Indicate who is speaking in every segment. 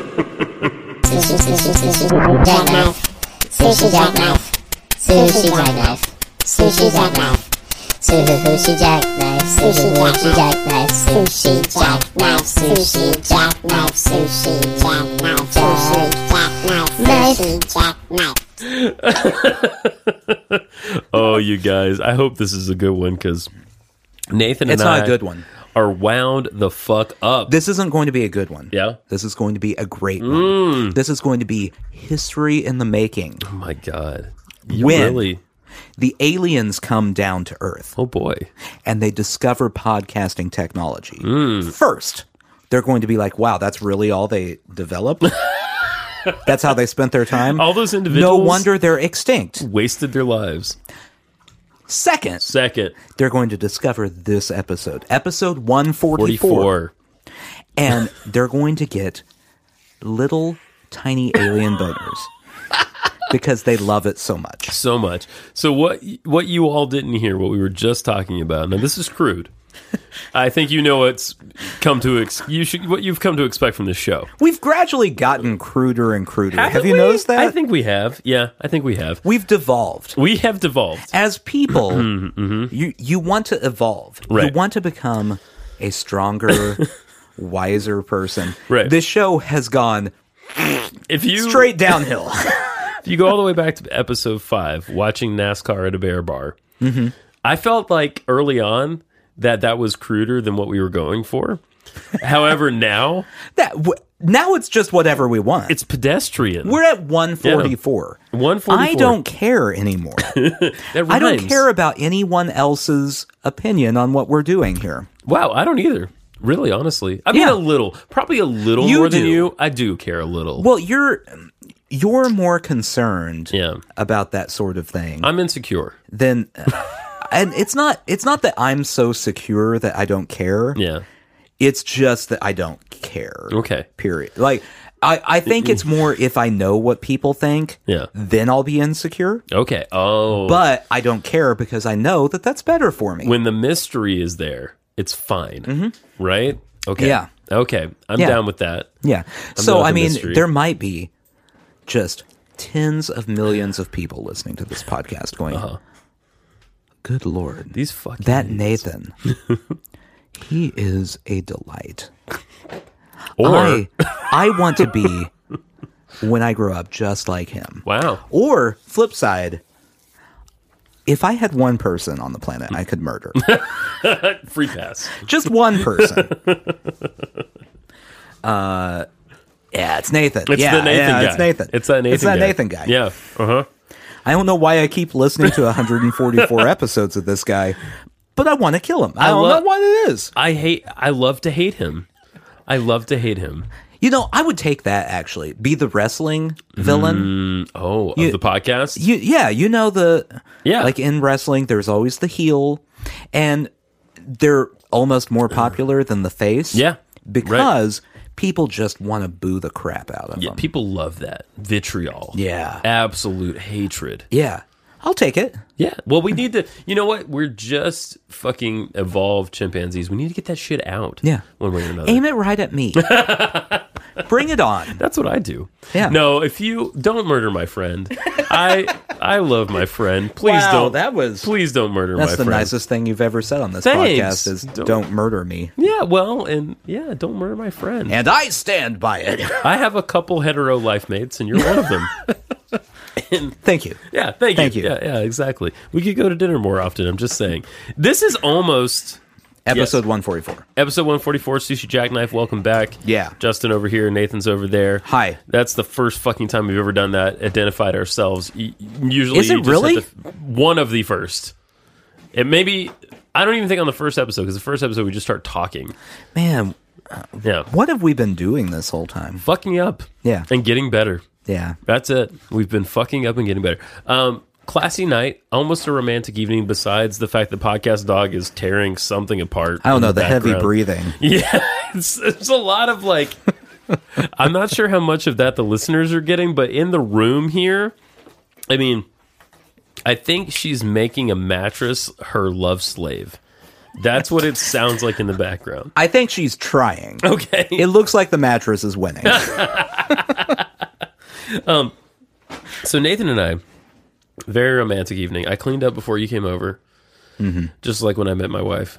Speaker 1: Sushi, sushi, sushi, jackknife. Sushi, jackknife. Sushi, jackknife. Sushi, jackknife. Sushi, sushi, jackknife. Sushi, sushi, jackknife. Sushi, jackknife. Sushi, jackknife. Sushi, jackknife. Sushi, jackknife. Sushi, jackknife.
Speaker 2: Oh, you guys! I hope this is a good one because Nathan
Speaker 3: It's
Speaker 2: and
Speaker 3: not
Speaker 2: I
Speaker 3: a good one.
Speaker 2: are wound the fuck up.
Speaker 3: This isn't going to be a good one.
Speaker 2: Yeah? Mm.
Speaker 3: This is going to be a great one. This is going to be history in the making.
Speaker 2: oh my god! You
Speaker 3: When?
Speaker 2: really?
Speaker 3: The aliens come down to Earth
Speaker 2: Oh boy!
Speaker 3: and they discover podcasting technology.
Speaker 2: Mm.
Speaker 3: First, they're going to be like, wow, that's really all they developed? that's how they spent their time?
Speaker 2: All those
Speaker 3: no
Speaker 2: individuals
Speaker 3: wonder they're extinct.
Speaker 2: wasted their lives.
Speaker 3: Second,
Speaker 2: Second,
Speaker 3: they're going to discover this episode, episode 144.
Speaker 2: forty-four.
Speaker 3: and they're going to get little tiny alien boners because they love it so much.
Speaker 2: so much. So what what you all didn't hear, what we were just talking about. Now this is crude. I think you know what's come to ex- you should what you've come to expect from this show.
Speaker 3: We've gradually gotten cruder and cruder. have
Speaker 2: Haven't
Speaker 3: you
Speaker 2: we?
Speaker 3: noticed that?
Speaker 2: I think we have. Yeah, I think we have.
Speaker 3: we've devolved.
Speaker 2: We have devolved.
Speaker 3: As people, you you want to evolve. You
Speaker 2: Mm-hmm, Right.
Speaker 3: want to become a stronger, wiser person.
Speaker 2: Right.
Speaker 3: This show has gone
Speaker 2: If you
Speaker 3: straight downhill.
Speaker 2: if you go all the way back to episode five, watching NASCAR at a bear bar, I felt like early on that that was cruder than what we were going for. However, now
Speaker 3: that w- now it's just whatever we want.
Speaker 2: it's pedestrian.
Speaker 3: We're at 144.
Speaker 2: 144.
Speaker 3: I don't care anymore.
Speaker 2: That
Speaker 3: I don't
Speaker 2: rhymes.
Speaker 3: care about anyone else's opinion on what we're doing here.
Speaker 2: Wow, I don't either. Really, honestly, I mean
Speaker 3: Yeah.
Speaker 2: a little, probably a little
Speaker 3: You
Speaker 2: more than
Speaker 3: do.
Speaker 2: you. I do care a little.
Speaker 3: Well, you're you're more concerned
Speaker 2: yeah,
Speaker 3: about that sort of thing
Speaker 2: I'm insecure.
Speaker 3: than uh, and it's not it's not that I'm so secure that I don't care.
Speaker 2: Yeah.
Speaker 3: It's just that I don't care.
Speaker 2: Okay.
Speaker 3: Period. Like I, I think it's more if I know what people think,
Speaker 2: Yeah.
Speaker 3: then I'll be insecure.
Speaker 2: Okay. Oh,
Speaker 3: But I don't care because I know that that's better for me.
Speaker 2: when the mystery is there, it's fine, right?
Speaker 3: Mm-hmm.
Speaker 2: Okay.
Speaker 3: Yeah.
Speaker 2: Okay, I'm
Speaker 3: Yeah.
Speaker 2: down with that.
Speaker 3: Yeah.
Speaker 2: not
Speaker 3: so
Speaker 2: the
Speaker 3: I mean,
Speaker 2: mystery.
Speaker 3: there might be just tens of millions of people listening to this podcast going, "Good lord,
Speaker 2: Uh-huh. These fucking
Speaker 3: that Nathan, he is a delight."
Speaker 2: or
Speaker 3: I, I want to be when I grow up just like him.
Speaker 2: wow,
Speaker 3: Or flip side. If I had one person on the planet I could murder,
Speaker 2: free pass.
Speaker 3: just one person. Uh, yeah, it's Nathan.
Speaker 2: It's
Speaker 3: yeah,
Speaker 2: the Nathan
Speaker 3: yeah,
Speaker 2: guy.
Speaker 3: It's Nathan.
Speaker 2: It's that Nathan.
Speaker 3: It's that
Speaker 2: guy.
Speaker 3: Nathan guy.
Speaker 2: Yeah. Uh huh.
Speaker 3: I don't know why I keep listening to 144 episodes of this guy, but I want to kill him. I, don't
Speaker 2: love-
Speaker 3: know what it is.
Speaker 2: I hate. I love to hate him. I love to hate him.
Speaker 3: You know, I would take that actually. Be the wrestling
Speaker 2: Mm.
Speaker 3: villain.
Speaker 2: Oh, of
Speaker 3: You-
Speaker 2: the podcast.
Speaker 3: You, yeah, you know the
Speaker 2: yeah.
Speaker 3: like in wrestling, there's always the heel, and they're almost more popular than the face.
Speaker 2: Yeah, right.
Speaker 3: because people just want to boo the crap out of
Speaker 2: yeah,
Speaker 3: them.
Speaker 2: people love that vitriol.
Speaker 3: Yeah.
Speaker 2: Absolute hatred.
Speaker 3: Yeah, I'll take it.
Speaker 2: Yeah. Well, we need to. You know what? We're just fucking evolved chimpanzees. We need to get that shit out.
Speaker 3: Yeah.
Speaker 2: One way or another.
Speaker 3: Aim it right at me. Bring it on.
Speaker 2: That's what I do.
Speaker 3: Yeah.
Speaker 2: No, if you don't murder my friend, I I love my friend. Please
Speaker 3: Wow,
Speaker 2: don't.
Speaker 3: that was-
Speaker 2: Please don't murder my
Speaker 3: That's the
Speaker 2: friend.
Speaker 3: nicest thing you've ever said on this
Speaker 2: Thanks.
Speaker 3: podcast is
Speaker 2: Don't-
Speaker 3: don't, murder me.
Speaker 2: Yeah. Well, and yeah, don't murder my friend.
Speaker 3: And I stand by it.
Speaker 2: I have a couple hetero life mates, and you're one of them.
Speaker 3: Thank you.
Speaker 2: Yeah, thank you.
Speaker 3: Thank you.
Speaker 2: Yeah, yeah, exactly. We could go to dinner more often. I'm just saying. This is almost
Speaker 3: Episode 144.
Speaker 2: Episode 144, Sushi Jackknife, welcome back.
Speaker 3: Yeah.
Speaker 2: Justin over here, Nathan's over there.
Speaker 3: Hi.
Speaker 2: That's the first fucking time we've ever done that, identified ourselves. Y- Usually,
Speaker 3: Is it
Speaker 2: you just have
Speaker 3: really?
Speaker 2: to- one of the first? It maybe I don't even think on the first episode because the first episode we just start talking.
Speaker 3: Man,
Speaker 2: Yeah,
Speaker 3: what have we been doing this whole time?
Speaker 2: fucking up.
Speaker 3: Yeah.
Speaker 2: and getting better.
Speaker 3: Yeah.
Speaker 2: That's it. We've been fucking up and getting better. Um, classy night, almost a romantic evening. Besides the fact the podcast dog is tearing something apart.
Speaker 3: I don't
Speaker 2: in
Speaker 3: know, the heavy
Speaker 2: background.
Speaker 3: breathing.
Speaker 2: Yeah, it's, it's a lot of like. I'm not sure how much of that the listeners are getting, but in the room here, I mean, I think she's making a mattress her love slave. That's what it sounds like in the background.
Speaker 3: I think she's trying.
Speaker 2: Okay.
Speaker 3: It looks like the mattress is winning.
Speaker 2: So Nathan and I, very romantic evening. I cleaned up before you came over,
Speaker 3: Mm-hmm.
Speaker 2: just like when I met my wife.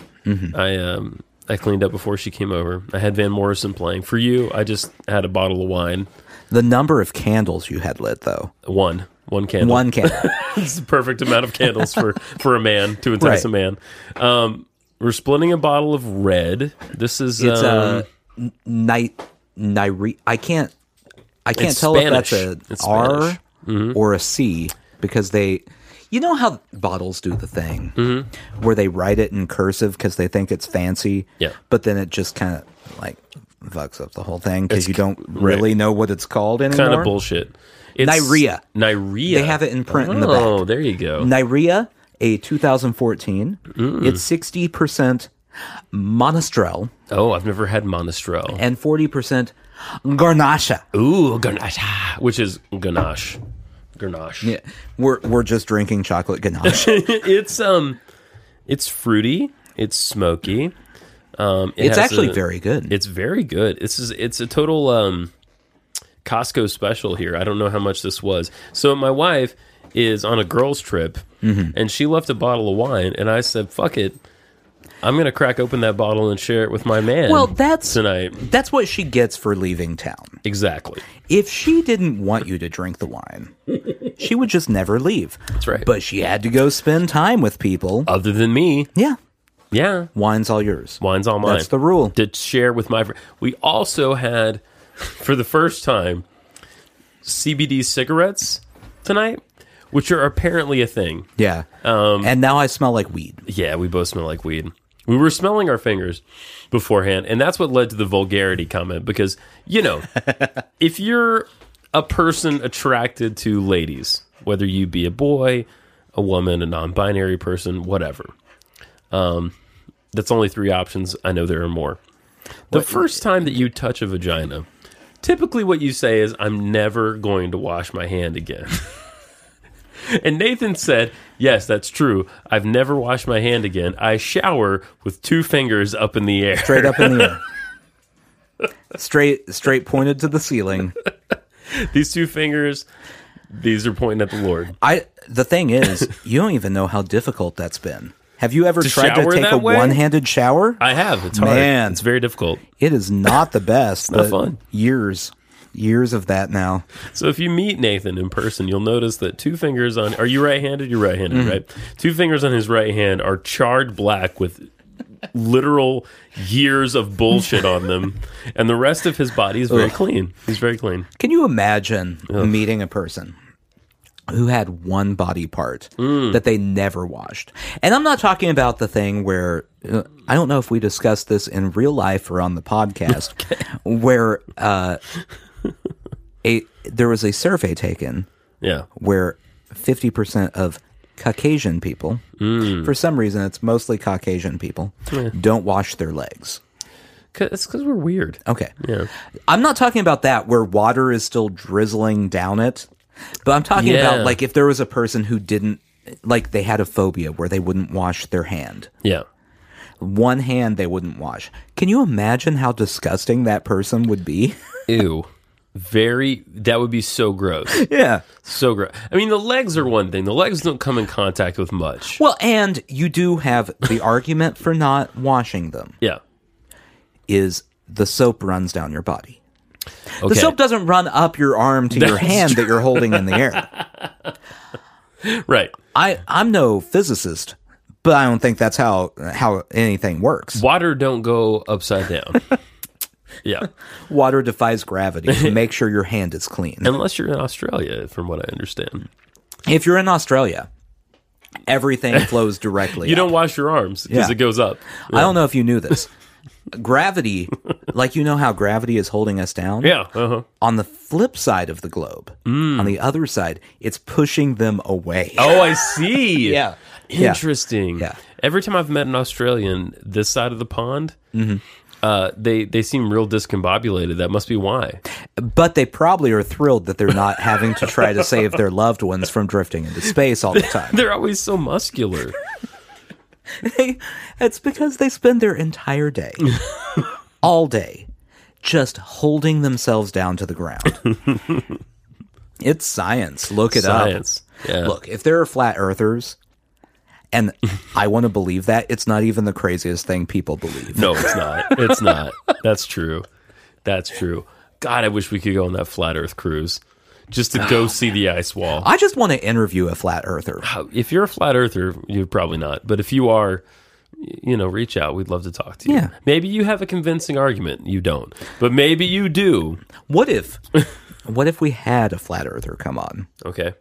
Speaker 2: I um I cleaned up before she came over. I had Van Morrison playing for you. I just had a bottle of wine,
Speaker 3: the number of candles you had lit, though.
Speaker 2: one one candle,
Speaker 3: One candle.
Speaker 2: It's the perfect amount of candles for for a man to
Speaker 3: Right.
Speaker 2: entice a man. Um, we're splitting a bottle of red. This is
Speaker 3: It's uh,
Speaker 2: um,
Speaker 3: a n- night. Nire- I can't. I can't
Speaker 2: It's
Speaker 3: tell
Speaker 2: Spanish.
Speaker 3: if that's
Speaker 2: It's
Speaker 3: a R
Speaker 2: Spanish. Mm-hmm.
Speaker 3: or a C because they. You know how bottles do the thing where they write it in cursive because they think it's fancy.
Speaker 2: Mm-hmm. Yeah.
Speaker 3: But then it just kind of like fucks up the whole thing because
Speaker 2: It's
Speaker 3: you don't really know what it's called anymore.
Speaker 2: kind of bullshit. It's
Speaker 3: Nirea.
Speaker 2: Nirea.
Speaker 3: They have it in print
Speaker 2: oh,
Speaker 3: in the back.
Speaker 2: there you go.
Speaker 3: Nirea, a 2014.
Speaker 2: Mm.
Speaker 3: It's 60% Monastrell
Speaker 2: oh, I've never had Monastrell.
Speaker 3: and 40% Garnacha.
Speaker 2: Ooh, ganache, Ah, which is ganache, ganache.
Speaker 3: Yeah, We're, we're just drinking chocolate ganache.
Speaker 2: it's um, it's fruity. It's smoky. Um, it
Speaker 3: It's
Speaker 2: has
Speaker 3: actually
Speaker 2: a-
Speaker 3: very good.
Speaker 2: It's very good. This is it's a total um, Costco special here. I don't know how much this was. So my wife is on a girls trip,
Speaker 3: Mm-hmm.
Speaker 2: and she left a bottle of wine, and I said, "Fuck it." I'm gonna crack open that bottle and share it with my man.
Speaker 3: Well, that's-
Speaker 2: tonight.
Speaker 3: That's what she gets for leaving town.
Speaker 2: Exactly.
Speaker 3: If she didn't want you to drink the wine, she would just never leave. That's
Speaker 2: right.
Speaker 3: But she had to go spend time with people.
Speaker 2: Other than me,
Speaker 3: Yeah.
Speaker 2: yeah,
Speaker 3: Wine's all yours.
Speaker 2: wine's all mine.
Speaker 3: That's the rule.
Speaker 2: to share with my. fr- We also had, for the first time, CBD cigarettes tonight, which are apparently a thing.
Speaker 3: Yeah. Um, and now I smell like weed.
Speaker 2: Yeah, we both smell like weed. We were smelling our fingers beforehand, and that's what led to the vulgarity comment because, you know, if you're a person attracted to ladies, whether you be a boy, a woman, a non binary person, whatever, um, that's only three options. I know there are more. The first time that you touch a vagina, typically what you say is, I'm never going to wash my hand again. And Nathan said, Yes, that's true. I've never washed my hand again. I shower with two fingers up in the air.
Speaker 3: straight up in the air. Straight, straight pointed to the ceiling.
Speaker 2: these two fingers, these are pointing at the Lord.
Speaker 3: I. The thing is, you don't even know how difficult that's been. Have you ever tried to
Speaker 2: shower
Speaker 3: take
Speaker 2: that
Speaker 3: a
Speaker 2: way?
Speaker 3: one-handed shower?
Speaker 2: I have. It's hard.
Speaker 3: Man.
Speaker 2: It's very difficult.
Speaker 3: It is not the best.
Speaker 2: not
Speaker 3: but
Speaker 2: fun.
Speaker 3: Years, years of that now.
Speaker 2: So if you meet Nathan in person, you'll notice that two fingers on are you right handed? You're right handed, right? Two fingers on his right hand are charred black with literal years of bullshit on them. And the rest of his body is very clean. He's very clean.
Speaker 3: Can you imagine meeting a person who had one body part
Speaker 2: Mm.
Speaker 3: that they never washed? And I'm not talking about the thing where uh, I don't know if we discussed this in real life or on the podcast, where uh, a there was a survey taken
Speaker 2: Yeah.
Speaker 3: where 50% of Caucasian people,
Speaker 2: Mm.
Speaker 3: for some reason, it's mostly Caucasian people, don't wash their legs.
Speaker 2: Cause, it's because we're weird.
Speaker 3: Okay.
Speaker 2: Yeah.
Speaker 3: I'm not talking about that where water is still drizzling down it, but I'm talking
Speaker 2: Yeah.
Speaker 3: about like if there was a person who didn't, like they had a phobia where they wouldn't wash their hand.
Speaker 2: Yeah.
Speaker 3: One hand they wouldn't wash. Can you imagine how disgusting that person would be?
Speaker 2: Ew. Very, that would be so gross.
Speaker 3: yeah.
Speaker 2: So gross. I mean, the legs are one thing. The legs don't come in contact with much.
Speaker 3: Well, and you do have the argument for not washing them
Speaker 2: Yeah.
Speaker 3: is the soap runs down your body.
Speaker 2: Okay.
Speaker 3: The soap doesn't run up your arm to your hand that you're holding in the air.
Speaker 2: right.
Speaker 3: I, I'm no physicist, but I don't think that's how how anything works.
Speaker 2: Water don't go upside down. yeah.
Speaker 3: Water defies gravity. to Make sure your hand is clean.
Speaker 2: Unless you're in Australia, from what I understand.
Speaker 3: If you're in Australia, everything flows directly.
Speaker 2: You
Speaker 3: up.
Speaker 2: don't wash your arms because
Speaker 3: Yeah.
Speaker 2: it goes up.
Speaker 3: I don't know if you knew this. gravity, like you know how gravity is holding us down.
Speaker 2: Yeah. Uh-huh.
Speaker 3: On the flip side of the globe, on the other side, it's pushing them away.
Speaker 2: Oh, I see.
Speaker 3: Yeah. Yeah.
Speaker 2: Interesting.
Speaker 3: Yeah.
Speaker 2: Every time I've met an Australian this side of the pond,
Speaker 3: Mm-hmm.
Speaker 2: uh, they, they seem real discombobulated. That must be why.
Speaker 3: But they probably are thrilled that they're not having to try to save their loved ones from drifting into space all the time.
Speaker 2: They're always so muscular.
Speaker 3: They, it's because they spend their entire day, all day, just holding themselves down to the ground. it's science. Look it
Speaker 2: Science. Yeah.
Speaker 3: up. Look, if there are flat earthers, and I want to believe that, it's not even the craziest thing people believe.
Speaker 2: No, it's not. It's not. That's true. That's true. God, I wish we could go on that flat Earth cruise just to go see the ice wall.
Speaker 3: I just want to interview a flat earther.
Speaker 2: If you're a flat earther, you're probably not. But if you are, you know, reach out. We'd love to talk to you.
Speaker 3: Yeah.
Speaker 2: Maybe you have a convincing argument. You don't, but maybe you do.
Speaker 3: What if, what if we had a flat earther come on?
Speaker 2: Okay.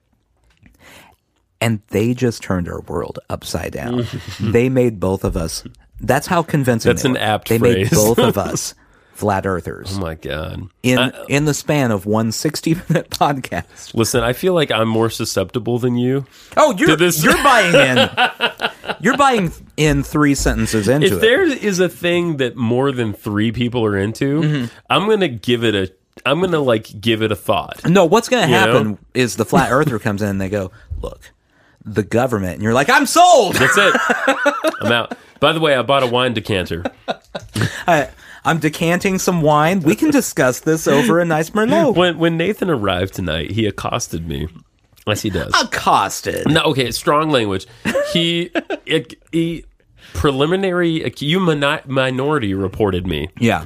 Speaker 3: and they just turned our world upside down. they made both of us. That's how convincing.
Speaker 2: That's
Speaker 3: they
Speaker 2: an
Speaker 3: were.
Speaker 2: apt
Speaker 3: They made
Speaker 2: phrase.
Speaker 3: both of us flat earthers
Speaker 2: Oh my God.
Speaker 3: in
Speaker 2: Uh,
Speaker 3: in the span of one 60 minute podcast.
Speaker 2: Listen, I feel like I'm more susceptible than you.
Speaker 3: Oh, you're
Speaker 2: Did this-
Speaker 3: you're buying in. you're buying in three sentences into
Speaker 2: If
Speaker 3: it.
Speaker 2: there is a thing that more than three people are into, I'm gonna give it a. I'm gonna like give it a thought.
Speaker 3: No, what's going to
Speaker 2: know?
Speaker 3: happen is the flat earther comes in and they go, "Look, the government," and you're like, "I'm sold.
Speaker 2: That's it. I'm out. By the way, I bought a wine decanter.
Speaker 3: I, I'm decanting some wine. We can discuss this over a nice Merlot."
Speaker 2: When when Nathan arrived tonight, he accosted me, as he does.
Speaker 3: Accosted.
Speaker 2: No, okay, strong language. He it, he preliminary ac- you mini- minority reported me
Speaker 3: Yeah.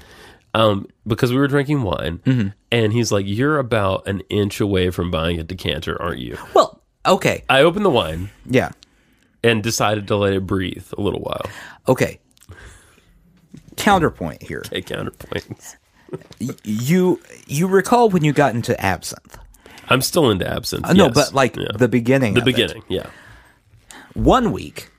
Speaker 2: um because we were drinking wine,
Speaker 3: Mm-hmm.
Speaker 2: and he's like, "You're about an inch away from buying a decanter, aren't you?"
Speaker 3: Well, okay.
Speaker 2: I opened the wine
Speaker 3: Yeah.
Speaker 2: and decided to let it breathe a little while.
Speaker 3: Okay. Counterpoint here.
Speaker 2: Take counterpoints.
Speaker 3: You you recall when you got into absinthe?
Speaker 2: I'm still into absinthe.
Speaker 3: Uh, No,
Speaker 2: yes.
Speaker 3: but like
Speaker 2: Yeah.
Speaker 3: the beginning.
Speaker 2: the
Speaker 3: of it.
Speaker 2: beginning. Yeah,
Speaker 3: One week,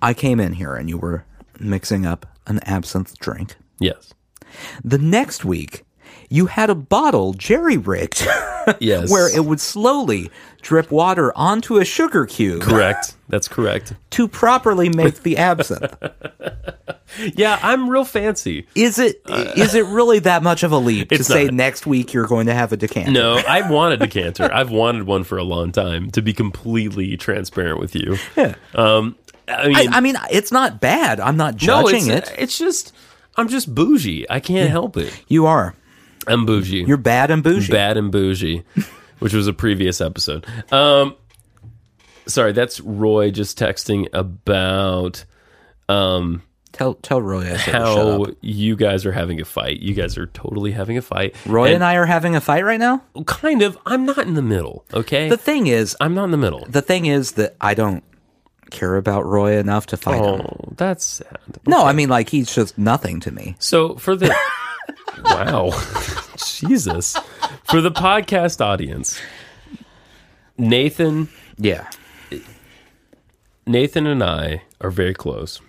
Speaker 3: I came in here and you were mixing up an absinthe drink.
Speaker 2: yes,
Speaker 3: The next week, you had a bottle jerry rigged
Speaker 2: yes.
Speaker 3: where it would slowly drip water onto a sugar cube
Speaker 2: correct? That's correct.
Speaker 3: to properly make the absinthe.
Speaker 2: Yeah, I'm real fancy.
Speaker 3: Is it is it really that much of a leap to
Speaker 2: Uh. It's
Speaker 3: say
Speaker 2: not.
Speaker 3: next week you're going to have a decanter?
Speaker 2: No, I want a decanter. I've wanted one for a long time. To be completely transparent with you, yeah. Um, I mean,
Speaker 3: I, I mean, it's not bad. I'm not
Speaker 2: no,
Speaker 3: judging
Speaker 2: it's, uh,
Speaker 3: it.
Speaker 2: It's just I'm just bougie. I can't help it.
Speaker 3: You are.
Speaker 2: I'm bougie.
Speaker 3: You're bad and bougie.
Speaker 2: bad and bougie, which was a previous episode. Um, sorry, that's Roy just texting about
Speaker 3: Tell tell Roy I said to shut
Speaker 2: how
Speaker 3: up.
Speaker 2: you guys are having a fight. You guys are totally having a fight.
Speaker 3: Roy and, I are having a fight right now.
Speaker 2: I kind of. I'm not in the middle. Okay,
Speaker 3: The thing is, uh,
Speaker 2: I'm not in the middle.
Speaker 3: the thing is that I don't care about Roy enough to fight him.
Speaker 2: Oh, that's sad.
Speaker 3: No, I mean like he's just nothing to me.
Speaker 2: So for the wow, Jesus, for the podcast audience, Nathan,
Speaker 3: Yeah.
Speaker 2: Nathan and I are very close,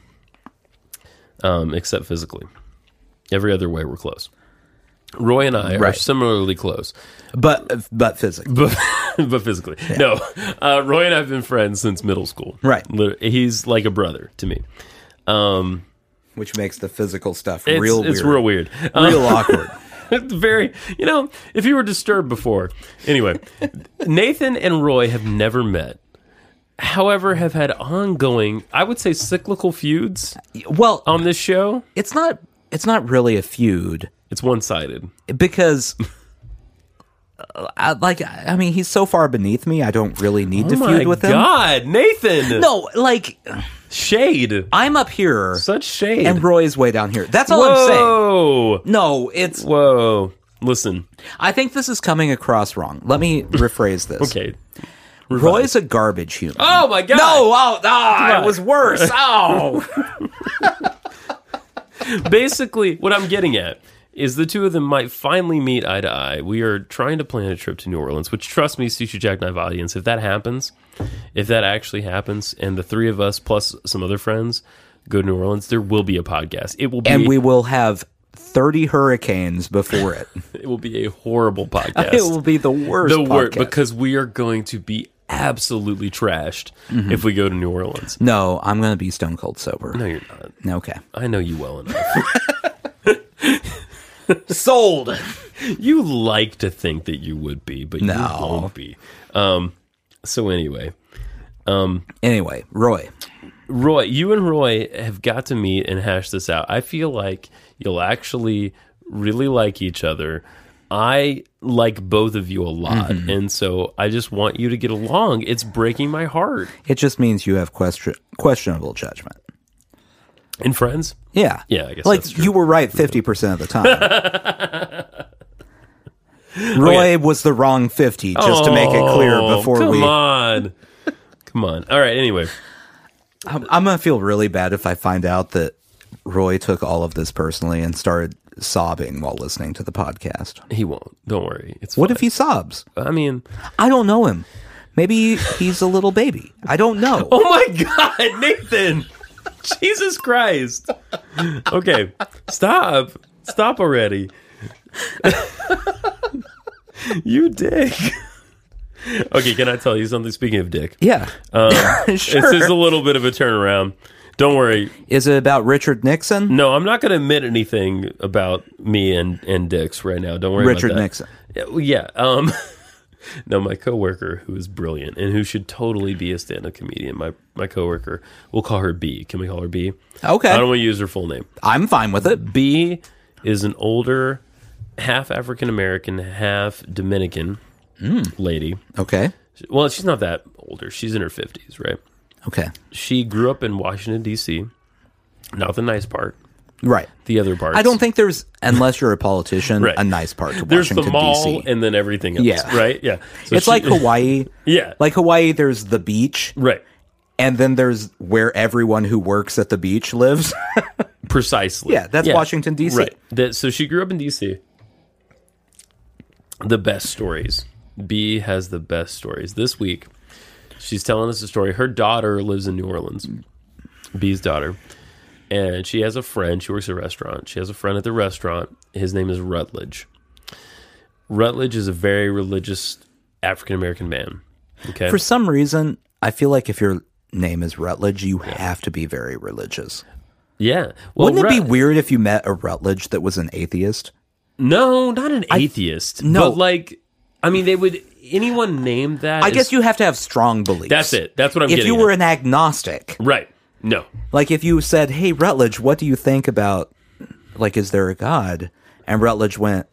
Speaker 2: um, except physically. Every other way, we're close. Roy and I are
Speaker 3: Right.
Speaker 2: similarly close,
Speaker 3: But but physics.
Speaker 2: uh, but, but physically, no. Uh, Roy and I have been friends since middle school.
Speaker 3: Right.
Speaker 2: Lit- he's like a brother to me.
Speaker 3: which makes the physical stuff
Speaker 2: It's
Speaker 3: real
Speaker 2: it's
Speaker 3: weird.
Speaker 2: real weird. Uh-huh.
Speaker 3: real awkward.
Speaker 2: very you know if you were disturbed before anyway nathan and roy have never met however have had ongoing i would say cyclical feuds
Speaker 3: Well,
Speaker 2: on this show
Speaker 3: it's not it's not really a feud
Speaker 2: it's one-sided
Speaker 3: because I, like I mean he's so far beneath me I don't really need to
Speaker 2: oh my
Speaker 3: feud with him.
Speaker 2: god nathan
Speaker 3: No, like
Speaker 2: shade
Speaker 3: I'm up here
Speaker 2: such shade
Speaker 3: and Roy's way down here. That's all I'm saying.
Speaker 2: whoa
Speaker 3: No, it's
Speaker 2: whoa listen
Speaker 3: I think this is coming across wrong. Let me rephrase this.
Speaker 2: okay
Speaker 3: Roy's a garbage human.
Speaker 2: oh my god
Speaker 3: No, oh, ah,
Speaker 2: on.
Speaker 3: it was worse. Oh.
Speaker 2: basically what i'm getting at is the two of them might finally meet eye to eye we are trying to plan a trip to new orleans which trust me sushi jackknife audience if that happens if that actually happens and the three of us plus some other friends go to new orleans there will be a podcast it will be
Speaker 3: and we will have 30 hurricanes before it.
Speaker 2: it will be a horrible podcast
Speaker 3: It will be the worst
Speaker 2: the word
Speaker 3: podcast.
Speaker 2: because we are going to be absolutely trashed
Speaker 3: Mm-hmm.
Speaker 2: if we go to new orleans
Speaker 3: no, I'm going to be stone cold sober.
Speaker 2: no you're not
Speaker 3: Okay.
Speaker 2: i know you well enough
Speaker 3: Sold.
Speaker 2: You like to think that you would be, but you
Speaker 3: No.
Speaker 2: won't be. Um, so anyway,
Speaker 3: Anyway, Roy.
Speaker 2: Roy, you and Roy have got to meet and hash this out. I feel like you'll actually really like each other. I like both of you a lot.
Speaker 3: Mm-hmm.
Speaker 2: And so I just want you to get along. It's breaking my heart.
Speaker 3: It just means you have question questionable judgment.
Speaker 2: And friends,
Speaker 3: Yeah.
Speaker 2: Yeah, I guess
Speaker 3: like
Speaker 2: that's true.
Speaker 3: you were right 50% of the time. Roy was the wrong 50 just to make it clear
Speaker 2: Oh,
Speaker 3: before
Speaker 2: come
Speaker 3: we
Speaker 2: on. come on. All right. Anyway,
Speaker 3: I'm, I'm going to feel really bad if I find out that Roy took all of this personally and started sobbing while listening to the podcast.
Speaker 2: he won't. Don't worry. It's
Speaker 3: What
Speaker 2: fine.
Speaker 3: if he sobs?
Speaker 2: I mean,
Speaker 3: I don't know him. Maybe he's a little baby. I don't know.
Speaker 2: oh my God, Nathan. Jesus Christ. Okay. Stop. Stop already. you dick. okay. Can I tell you something? Speaking of dick,
Speaker 3: Yeah. sure.
Speaker 2: this Uh, is a little bit of a turnaround. Don't worry.
Speaker 3: Is it about Richard Nixon?
Speaker 2: No, I'm not going to admit anything about me and, and dicks right now. Don't worry
Speaker 3: Richard
Speaker 2: about that.
Speaker 3: Nixon.
Speaker 2: Yeah, well, Yeah. Um, no, my coworker, who is brilliant and who should totally be a stand-up comedian, my my coworker, we'll call her B. Can we call her B? I don't Mm-hmm.
Speaker 3: Okay.
Speaker 2: want to use her full name.
Speaker 3: I'm fine with it.
Speaker 2: B is an older, half African American, half Dominican
Speaker 3: Hmm.
Speaker 2: lady.
Speaker 3: Okay.
Speaker 2: Well, she's not that older. She's in her fifties, right?
Speaker 3: Okay.
Speaker 2: She grew up in Washington D.C. Not the nice part.
Speaker 3: Right.
Speaker 2: The other part.
Speaker 3: I don't think there's, unless you're a politician,
Speaker 2: Right.
Speaker 3: a nice part to
Speaker 2: There's the
Speaker 3: Washington,
Speaker 2: mall
Speaker 3: D.C.
Speaker 2: and then everything else.
Speaker 3: Yeah.
Speaker 2: Right. Yeah. So
Speaker 3: It's
Speaker 2: she-
Speaker 3: like Hawaii.
Speaker 2: yeah.
Speaker 3: Like Hawaii, there's the beach,
Speaker 2: right.
Speaker 3: and then there's where everyone who works at the beach lives.
Speaker 2: Precisely.
Speaker 3: yeah, that's Washington, D.C.
Speaker 2: Right. That, so she grew up in D.C. The best stories. B has the best stories. This week, she's telling us a story. Her daughter lives in New Orleans, B's daughter. And she has a friend. She works at a restaurant. She has a friend at the restaurant. His name is Rutledge. Rutledge is a very religious African American man. Okay.
Speaker 3: For some reason, I feel like if your name is Rutledge, you have to be very religious.
Speaker 2: yeah. Well,
Speaker 3: Wouldn't it be
Speaker 2: Rut-
Speaker 3: weird if you met a Rutledge that was an atheist?
Speaker 2: No, not an atheist.
Speaker 3: no.
Speaker 2: But like, I mean, they would. Anyone named that?
Speaker 3: I
Speaker 2: is-
Speaker 3: guess you have to have strong beliefs.
Speaker 2: That's it. That's what I'm
Speaker 3: If
Speaker 2: getting.
Speaker 3: you were
Speaker 2: at.
Speaker 3: an agnostic,
Speaker 2: right, no,
Speaker 3: like if you said, "Hey Rutledge, what do you think about like is there a god?" and Rutledge went,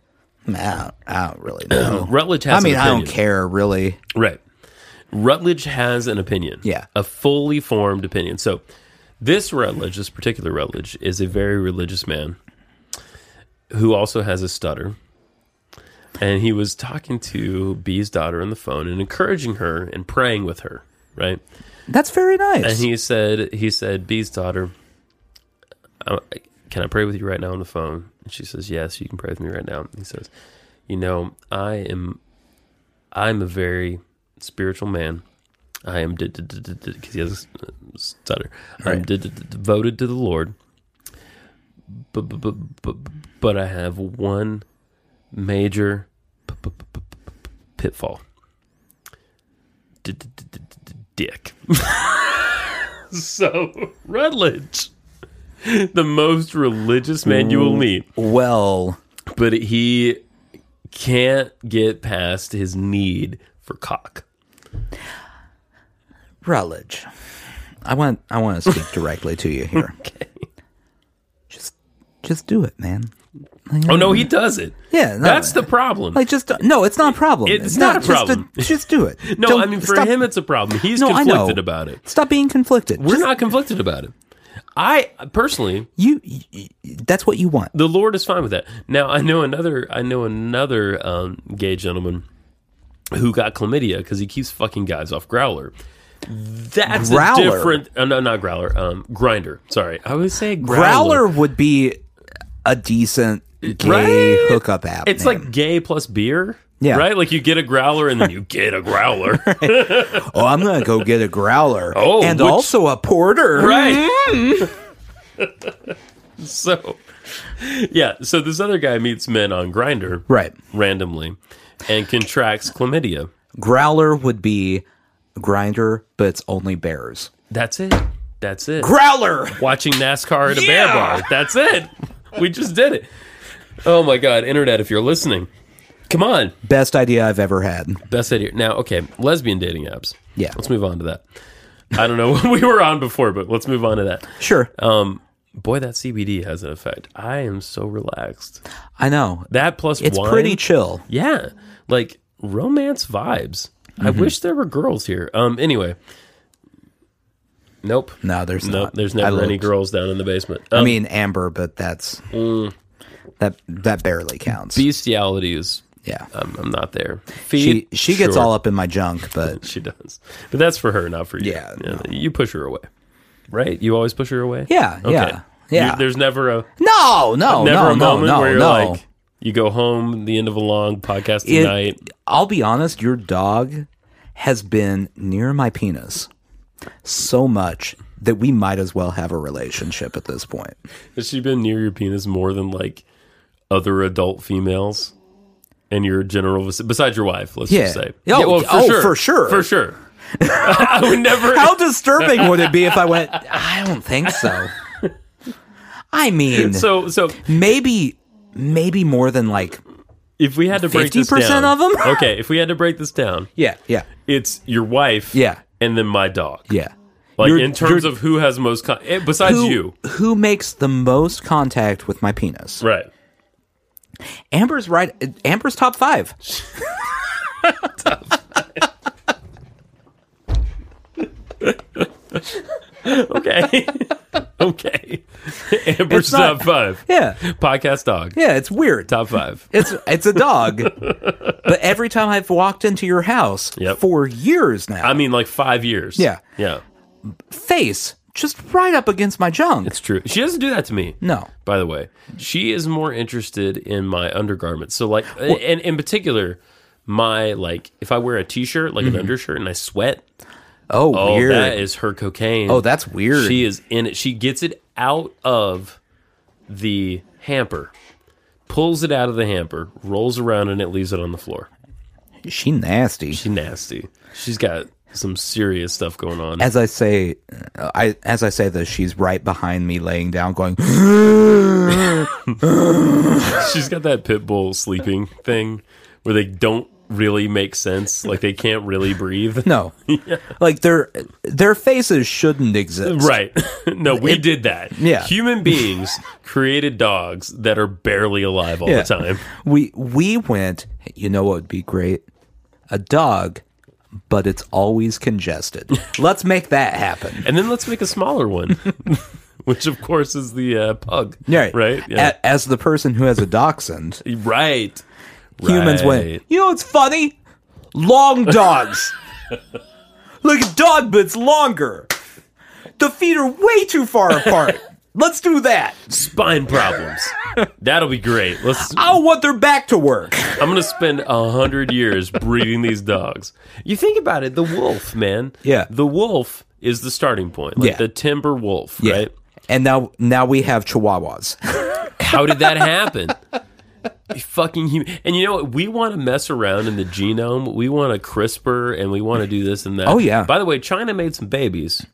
Speaker 3: "Nah, I don't really know."
Speaker 2: Rutledge
Speaker 3: I
Speaker 2: has.
Speaker 3: mean,
Speaker 2: an
Speaker 3: I
Speaker 2: opinion.
Speaker 3: don't care really.
Speaker 2: Right. Rutledge has an opinion.
Speaker 3: Yeah.
Speaker 2: A fully formed opinion. So this Rutledge, this particular Rutledge, is a very religious man who also has a stutter. And he was talking to B's daughter on the phone and encouraging her and praying with her, right?
Speaker 3: That's very nice.
Speaker 2: And he said, he said, B's daughter, I- can I pray with you right now on the phone? And she says, yes, you can pray with me right now. And he says, you know, I am, I'm a very spiritual man. I am, because he has a s- uh, stutter. I'm
Speaker 3: Right.
Speaker 2: de- de- de- devoted to the Lord. But, but, but, but, but I have one major p- p- p- p- p- pitfall. D- d- d- d- d- Dick. So Rutledge, the most religious man you will meet,
Speaker 3: well,
Speaker 2: but he can't get past his need for cock.
Speaker 3: Rutledge, I want I want to speak directly to you here. okay. Just just do it, man.
Speaker 2: Oh no, he does it.
Speaker 3: Mm. Yeah, no.
Speaker 2: that's the problem.
Speaker 3: Like just no, it's not a problem.
Speaker 2: It's not a problem.
Speaker 3: Just, just do it.
Speaker 2: no,
Speaker 3: Don't-
Speaker 2: I mean for
Speaker 3: stop-
Speaker 2: him, it's a problem. He's
Speaker 3: No, I know.
Speaker 2: conflicted about it.
Speaker 3: Stop being conflicted.
Speaker 2: We're
Speaker 3: Just-
Speaker 2: not conflicted about it. I personally,
Speaker 3: you, you. That's what you want.
Speaker 2: the Lord is fine with that. Now I know another. I know another um, gay gentleman who got chlamydia because he keeps fucking guys off growler. That's
Speaker 3: Growler?
Speaker 2: a different. Uh, no, not growler. Um, grinder. Sorry, I would say growler.
Speaker 3: Growler would be a decent gay
Speaker 2: Right?
Speaker 3: hookup app.
Speaker 2: It's
Speaker 3: name.
Speaker 2: like gay plus beer.
Speaker 3: Yeah.
Speaker 2: Right. Like you get a growler and then you get a growler.
Speaker 3: oh, I'm gonna go get a growler.
Speaker 2: Oh,
Speaker 3: and
Speaker 2: which-
Speaker 3: also a porter.
Speaker 2: right.
Speaker 3: Mm-hmm.
Speaker 2: so, yeah. So this other guy meets men on grinder.
Speaker 3: Right.
Speaker 2: Randomly, and contracts chlamydia.
Speaker 3: Growler would be grinder, but it's only bears.
Speaker 2: That's it. That's it.
Speaker 3: Growler.
Speaker 2: watching NASCAR at a bear
Speaker 3: Yeah!
Speaker 2: bar. That's it. We just did it. Oh my God, internet, if you're listening, come on.
Speaker 3: Best idea I've ever had.
Speaker 2: Best idea. Now, okay, lesbian dating apps.
Speaker 3: Yeah.
Speaker 2: Let's move on to that. I don't know what we were on before, but let's move on to that.
Speaker 3: Sure.
Speaker 2: Um, boy, that CBD has an effect. I am so relaxed.
Speaker 3: I know.
Speaker 2: That plus
Speaker 3: It's
Speaker 2: wine,
Speaker 3: pretty chill.
Speaker 2: yeah, like romance vibes. I
Speaker 3: Mm-hmm.
Speaker 2: wish there were girls here. Um, anyway, nope,
Speaker 3: No, there's
Speaker 2: nope.
Speaker 3: not.
Speaker 2: There's
Speaker 3: I
Speaker 2: never
Speaker 3: looked.
Speaker 2: any girls down in the basement.
Speaker 3: I
Speaker 2: Um,
Speaker 3: mean, Amber, but that's
Speaker 2: Mm.
Speaker 3: that that barely counts.
Speaker 2: bestiality is.
Speaker 3: yeah.
Speaker 2: I'm, I'm not there.
Speaker 3: she
Speaker 2: Feet,
Speaker 3: she gets
Speaker 2: uh, sure.
Speaker 3: all up in my junk, but
Speaker 2: She does, but that's for her, not for you.
Speaker 3: Yeah,
Speaker 2: you push her away, right? You always push her away.
Speaker 3: yeah, yeah, yeah.
Speaker 2: You- there's never a
Speaker 3: no, no,
Speaker 2: never
Speaker 3: no,
Speaker 2: a
Speaker 3: no,
Speaker 2: moment
Speaker 3: no,
Speaker 2: where you're
Speaker 3: no.
Speaker 2: like you go home the end of a long podcast
Speaker 3: It-
Speaker 2: tonight.
Speaker 3: I'll be honest, your dog has been near my penis so much that we might as well have a relationship at this point.
Speaker 2: Has she been near your penis more than like other adult females and your general vis- besides your wife? Let's just
Speaker 3: Yeah.
Speaker 2: say,
Speaker 3: Oh, oh, for sure.
Speaker 2: for sure. I would never.
Speaker 3: How disturbing would it be if I went, I don't think so. I mean,
Speaker 2: so so
Speaker 3: maybe maybe more than like
Speaker 2: if we had to break this
Speaker 3: 50%
Speaker 2: down,
Speaker 3: of 'em?
Speaker 2: okay, if we had to break this down,
Speaker 3: yeah, yeah,
Speaker 2: it's your wife,
Speaker 3: Yeah.
Speaker 2: and then my dog,
Speaker 3: yeah.
Speaker 2: Like
Speaker 3: You're-
Speaker 2: in terms
Speaker 3: you're-
Speaker 2: of who has most con- eh, besides
Speaker 3: who,
Speaker 2: you,
Speaker 3: who makes the most contact with my penis?
Speaker 2: right?
Speaker 3: Amber's right. Amber's top five.
Speaker 2: Okay, okay. Amber's
Speaker 3: not-
Speaker 2: top five.
Speaker 3: Yeah,
Speaker 2: Podcast dog.
Speaker 3: yeah. It's weird.
Speaker 2: Top five.
Speaker 3: It's it's a dog. but every time I've walked into your house
Speaker 2: Yep.
Speaker 3: for years now,
Speaker 2: I mean, like five years.
Speaker 3: Yeah.
Speaker 2: Yeah.
Speaker 3: face just right up against my junk.
Speaker 2: It's true. She doesn't do that to me.
Speaker 3: no.
Speaker 2: By the way, she is more interested in my undergarments. So, like, and in particular, my, like, if I wear a t shirt, like
Speaker 3: Mm-hmm.
Speaker 2: an undershirt, and I sweat,
Speaker 3: Oh,
Speaker 2: oh,
Speaker 3: weird.
Speaker 2: that is her cocaine.
Speaker 3: oh, that's weird.
Speaker 2: She is in it. She gets it out of the hamper, pulls it out of the hamper, rolls around in it, leaves it on the floor.
Speaker 3: she nasty.
Speaker 2: She nasty. She's got some serious stuff going on.
Speaker 3: as I say, I as I say this, she's right behind me, laying down, going.
Speaker 2: She's got that pit bull sleeping thing where they don't really make sense. Like they can't really breathe.
Speaker 3: No, like their their faces shouldn't exist.
Speaker 2: Right. No, we did that.
Speaker 3: Yeah.
Speaker 2: Human beings created dogs that are barely alive all
Speaker 3: Yeah.
Speaker 2: the time.
Speaker 3: We we went. You know what would be great? A dog, but it's always congested. Let's make that happen.
Speaker 2: And then let's make a smaller one, which of course is the uh, pug.
Speaker 3: Right,
Speaker 2: Right.
Speaker 3: A- as the person who has a dachshund,
Speaker 2: right.
Speaker 3: humans
Speaker 2: Right.
Speaker 3: went. You know what's funny? Long dogs. like a dog, but it's longer. The feet are way too far apart. Let's do that.
Speaker 2: Spine problems. That'll be great. Let's.
Speaker 3: I don't want their back to work.
Speaker 2: I'm gonna spend a hundred years breeding these dogs. You think about it, the wolf, man.
Speaker 3: Yeah.
Speaker 2: the wolf is the starting point. Like
Speaker 3: Yeah.
Speaker 2: the timber wolf, right?
Speaker 3: And now now we have chihuahuas.
Speaker 2: How did that happen? You Fucking human. And you know what? We want to mess around in the genome. We want a CRISPR, and we want to do this and that.
Speaker 3: Oh, yeah.
Speaker 2: By the way, China made some babies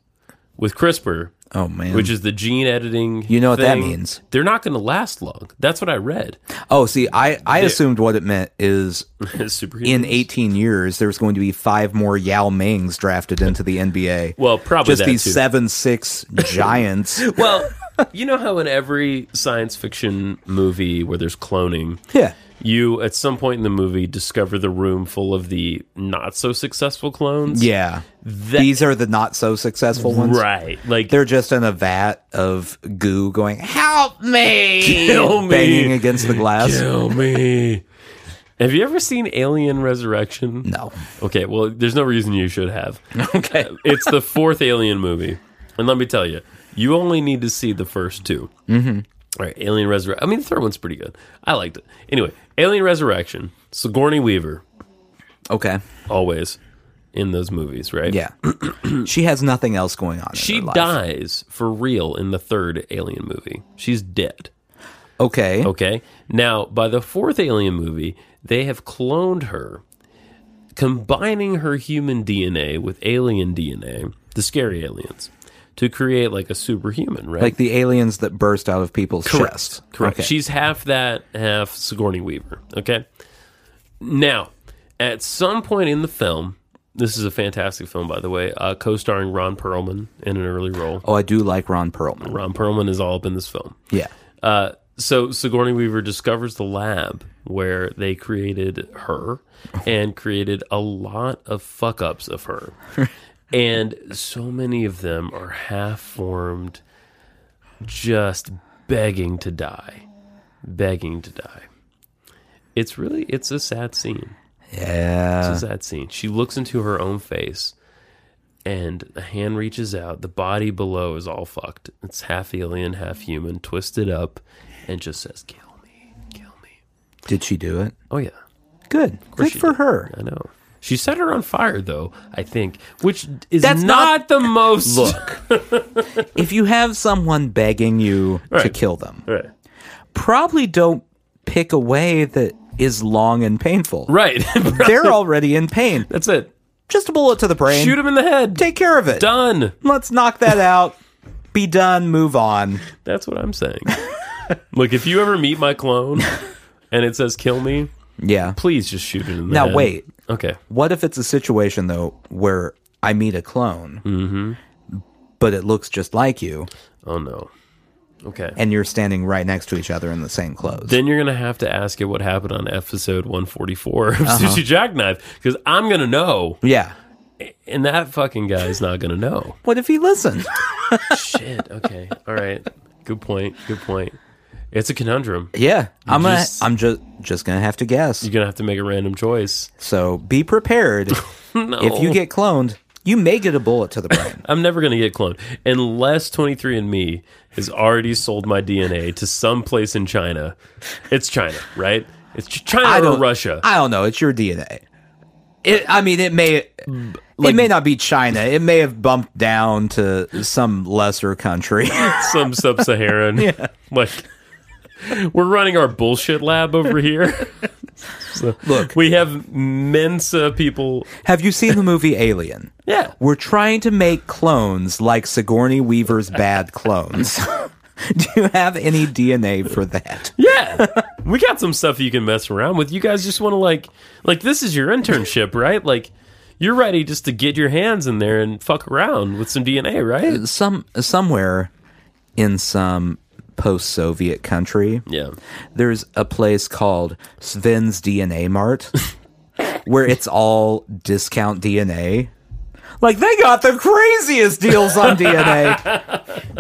Speaker 2: with CRISPR.
Speaker 3: Oh man.
Speaker 2: Which is the gene editing?
Speaker 3: You know what that
Speaker 2: thing.
Speaker 3: means.
Speaker 2: They're not going to last long. That's what I read.
Speaker 3: oh, see, I I assumed what it meant is
Speaker 2: Superhumans.
Speaker 3: in 18 years there's going to be five more Yao Mings drafted into the NBA.
Speaker 2: Well, probably
Speaker 3: just
Speaker 2: that
Speaker 3: these
Speaker 2: too.
Speaker 3: seven six giants.
Speaker 2: Well, you know how in every science fiction movie where there's cloning,
Speaker 3: yeah.
Speaker 2: you at some point in the movie discover the room full of the not so successful clones.
Speaker 3: Yeah. these are the not so successful ones.
Speaker 2: Right. Like
Speaker 3: They're just in a vat of goo going, help me!
Speaker 2: Kill me.
Speaker 3: Banging against the glass.
Speaker 2: kill me. Have you ever seen Alien Resurrection?
Speaker 3: No.
Speaker 2: Okay, well, there's no reason you should have. Okay. it's the fourth Alien movie. And let me tell you, you only need to see the first two. Mm-hmm. All right, Alien Resurrection. I mean, the third one's pretty good. I liked it. Anyway, Alien Resurrection, Sigourney Weaver,
Speaker 3: Okay.
Speaker 2: always in those movies, right?
Speaker 3: Yeah. she has nothing else going on. in
Speaker 2: She
Speaker 3: her life.
Speaker 2: dies for real in the third Alien movie. She's dead.
Speaker 3: Okay.
Speaker 2: Okay. Now, by the fourth Alien movie, they have cloned her, combining her human DNA with alien DNA, the scary aliens, to create like a superhuman, right?
Speaker 3: Like the aliens that burst out of people's
Speaker 2: Correct.
Speaker 3: chests.
Speaker 2: Correct.
Speaker 3: Okay.
Speaker 2: She's half that, half Sigourney Weaver. Okay. Now, at some point in the film, This is a fantastic film, by the way, uh, co-starring Ron Perlman in an early role.
Speaker 3: Oh, I do like Ron Perlman.
Speaker 2: Ron Perlman is all up in this film.
Speaker 3: Yeah.
Speaker 2: Uh, so Sigourney Weaver discovers the lab where they created her and created a lot of fuck ups of her. and so many of them are half formed, just begging to die. Begging to die. It's really it's a sad scene.
Speaker 3: Yeah.
Speaker 2: It's a sad scene. She looks into her own face and a hand reaches out. The body below is all fucked. It's half alien, half human, twisted up, and just says, Kill me, kill me.
Speaker 3: Did she do it?
Speaker 2: Oh, yeah.
Speaker 3: Good. Good
Speaker 2: she
Speaker 3: for
Speaker 2: did.
Speaker 3: her.
Speaker 2: I know. She set her on fire, though, I think, which is
Speaker 3: That's
Speaker 2: not,
Speaker 3: not-
Speaker 2: the most.
Speaker 3: Look, if you have someone begging you to
Speaker 2: Right.
Speaker 3: kill them,
Speaker 2: Right.
Speaker 3: probably don't pick a way that is long and painful.
Speaker 2: Right.
Speaker 3: They're already in pain.
Speaker 2: That's it.
Speaker 3: Just a bullet to the brain.
Speaker 2: Shoot him in the head.
Speaker 3: Take care of it.
Speaker 2: Done.
Speaker 3: Let's knock that out. Be done. Move on.
Speaker 2: That's what I'm saying. Look, if you ever meet my clone and it says kill me,
Speaker 3: Yeah.
Speaker 2: please just shoot it in the
Speaker 3: Now,
Speaker 2: head.
Speaker 3: wait.
Speaker 2: Okay.
Speaker 3: What if it's a situation though where I meet a clone, Mm-hmm. but it looks just like you,
Speaker 2: Oh, no. Okay.
Speaker 3: and you're standing right next to each other in the same clothes?
Speaker 2: Then you're gonna have to ask it what happened on episode 144 of Sushi Jackknife because I'm gonna know,
Speaker 3: yeah.
Speaker 2: and that fucking guy is not gonna know.
Speaker 3: What if he listened?
Speaker 2: Shit. Okay. All right. Good point. Good point. It's a conundrum.
Speaker 3: yeah. I'm gonna.
Speaker 2: just-
Speaker 3: I'm just just gonna have to guess.
Speaker 2: You're gonna have to make a random choice.
Speaker 3: So be prepared. If you get cloned, you may get a bullet to the brain.
Speaker 2: I'm never gonna get cloned unless 23andMe has already sold my DNA to some place in China. It's China, right? It's Ch- China
Speaker 3: I
Speaker 2: or
Speaker 3: don't.
Speaker 2: Russia.
Speaker 3: I don't know. It's your DNA. It, I mean, it may. it may not be China. It may have bumped down to some lesser country.
Speaker 2: some sub-Saharan. Like we're running our bullshit lab over here. So,
Speaker 3: Look.
Speaker 2: we have Mensa people.
Speaker 3: have you seen the movie Alien?
Speaker 2: Yeah,
Speaker 3: We're trying to make clones like Sigourney Weaver's bad clones. Do you have any DNA for that?
Speaker 2: yeah. we got some stuff you can mess around with. You guys just want to like, like this is your internship, right? Like you're ready just to get your hands in there and fuck around with some DNA, right?
Speaker 3: Some somewhere in some post-Soviet country,
Speaker 2: Yeah.
Speaker 3: there's a place called Sven's DNA Mart where it's all discount DNA. Like they got the craziest deals on DNA.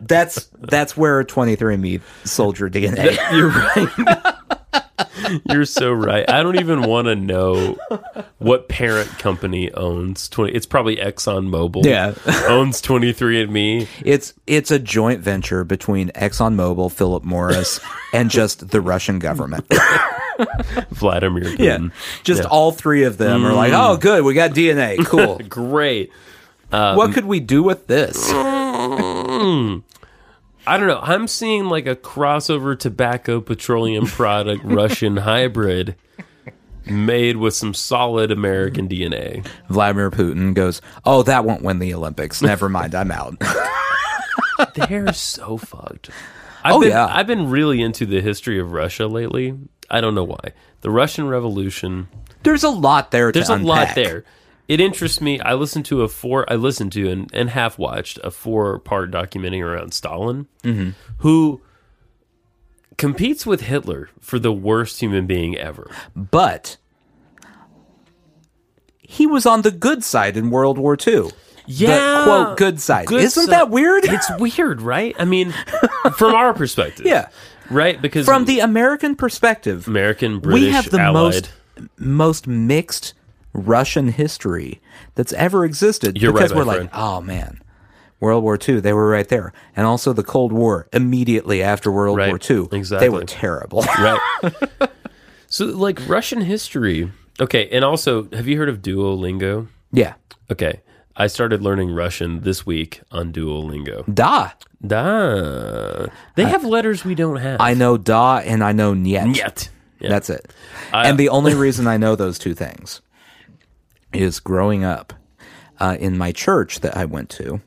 Speaker 3: That's that's where 23andme sold your DNA.
Speaker 2: You're right. You're so right. I don't even want to know what parent company owns 20 it's probably Exxon Mobil.
Speaker 3: Yeah.
Speaker 2: owns 23andme.
Speaker 3: It's it's a joint venture between ExxonMobil, Philip Morris, and just the Russian government.
Speaker 2: Vladimir Putin.
Speaker 3: Just all three of them are like, "Oh, good, we got DNA. Cool.
Speaker 2: Great.
Speaker 3: what could we do with this?"
Speaker 2: I don't know. I'm seeing like a crossover tobacco petroleum product Russian hybrid made with some solid American DNA.
Speaker 3: Vladimir Putin goes, "Oh, that won't win the Olympics. Never mind, I'm out."
Speaker 2: They're so fucked. I've
Speaker 3: Oh,
Speaker 2: been,
Speaker 3: yeah.
Speaker 2: I've been really into the history of Russia lately. I don't know why. The Russian Revolution.
Speaker 3: There's a lot there to
Speaker 2: There's a lot
Speaker 3: unpack.
Speaker 2: there. It interests me. I listened to a four. I listened to and, and half watched a four part documentary around Stalin,
Speaker 3: Mm-hmm.
Speaker 2: who competes with Hitler for the worst human being ever.
Speaker 3: But he was on the good side in World War II. The quote good side.
Speaker 2: Good
Speaker 3: Isn't
Speaker 2: si-
Speaker 3: that weird?
Speaker 2: It's weird, right? I mean, from our perspective,
Speaker 3: yeah.
Speaker 2: right. Because
Speaker 3: From the American perspective,
Speaker 2: American British
Speaker 3: we have the
Speaker 2: allied,
Speaker 3: most most mixed Russian history that's ever existed.
Speaker 2: You're right,
Speaker 3: because
Speaker 2: my
Speaker 3: we're
Speaker 2: friend.
Speaker 3: like, oh man, World War II, they were right there, and also the Cold War immediately after World
Speaker 2: Right,
Speaker 3: War II,
Speaker 2: exactly.
Speaker 3: they were terrible.
Speaker 2: right. so, like Russian history. Okay, and also, have you heard of Duolingo?
Speaker 3: yeah,
Speaker 2: Okay. I started learning Russian this week on Duolingo.
Speaker 3: da.
Speaker 2: Da. They have letters we don't have.
Speaker 3: I know da, and I know nyet.
Speaker 2: Yet. Yeah.
Speaker 3: That's it. and the only reason I know those two things is growing up uh, in my church that I went to,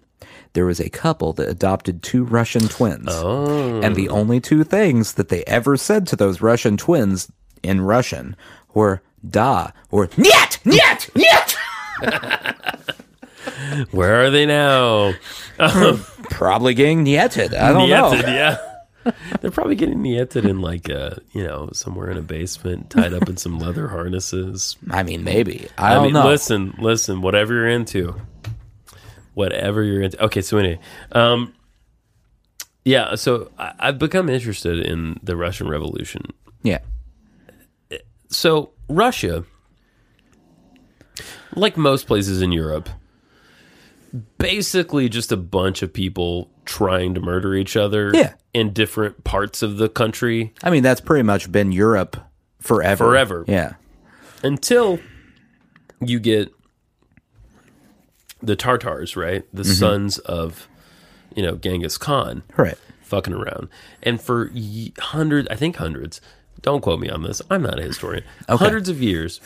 Speaker 3: there was a couple that adopted two Russian twins.
Speaker 2: Oh.
Speaker 3: And the only two things that they ever said to those Russian twins in Russian were da or nyet, nyet, nyet.
Speaker 2: Where are they now?
Speaker 3: Probably getting nieted. I don't
Speaker 2: Nieted,
Speaker 3: know.
Speaker 2: yeah. They're probably getting nieted in like a, you know, somewhere in a basement, tied up in some leather harnesses.
Speaker 3: I mean, maybe. I,
Speaker 2: I
Speaker 3: don't
Speaker 2: mean,
Speaker 3: know.
Speaker 2: listen, listen, whatever you're into, whatever you're into. Okay, so anyway, um, yeah, so I, I've become interested in the Russian Revolution.
Speaker 3: Yeah.
Speaker 2: So Russia, like most places in Europe, basically just a bunch of people trying to murder each other
Speaker 3: Yeah.
Speaker 2: in different parts of the country
Speaker 3: I mean, that's pretty much been Europe forever.
Speaker 2: Forever.
Speaker 3: Yeah.
Speaker 2: until you get the Tartars, right? The sons of, you know, Genghis Khan
Speaker 3: Right.
Speaker 2: fucking around. And for ye- hundreds, I think hundreds, don't quote me on this. I'm not a historian. Hundreds of years,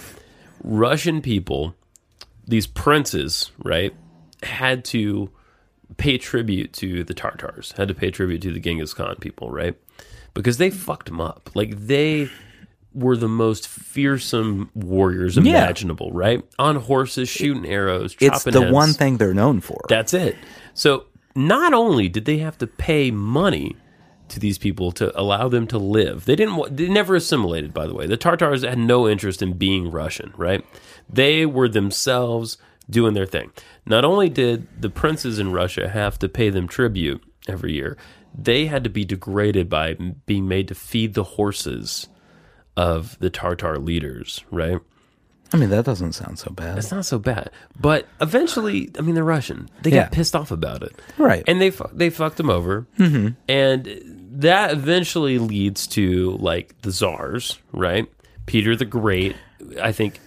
Speaker 2: Russian people, these princes, right, had to pay tribute to the Tartars, had to pay tribute to the Genghis Khan people, right? Because they fucked them up. Like they were the most fearsome warriors imaginable, right? On horses, shooting arrows, chopping
Speaker 3: It's the
Speaker 2: heads.
Speaker 3: one thing they're known for.
Speaker 2: That's it. So not only did they have to pay money to these people to allow them to live, they didn't. wa- They never assimilated. By the way, the Tartars had no interest in being Russian. Right? They were themselves doing their thing. Not only did the princes in Russia have to pay them tribute every year, they had to be degraded by m- being made to feed the horses of the Tartar leaders. Right?
Speaker 3: I mean, that doesn't sound so bad.
Speaker 2: it's not so bad. But eventually, I mean, they're Russian. They
Speaker 3: Yeah.
Speaker 2: got pissed off about it,
Speaker 3: Right.
Speaker 2: And they fu- they fucked them over, mm-hmm. and that eventually leads to like the czars, right? Peter the Great, I think,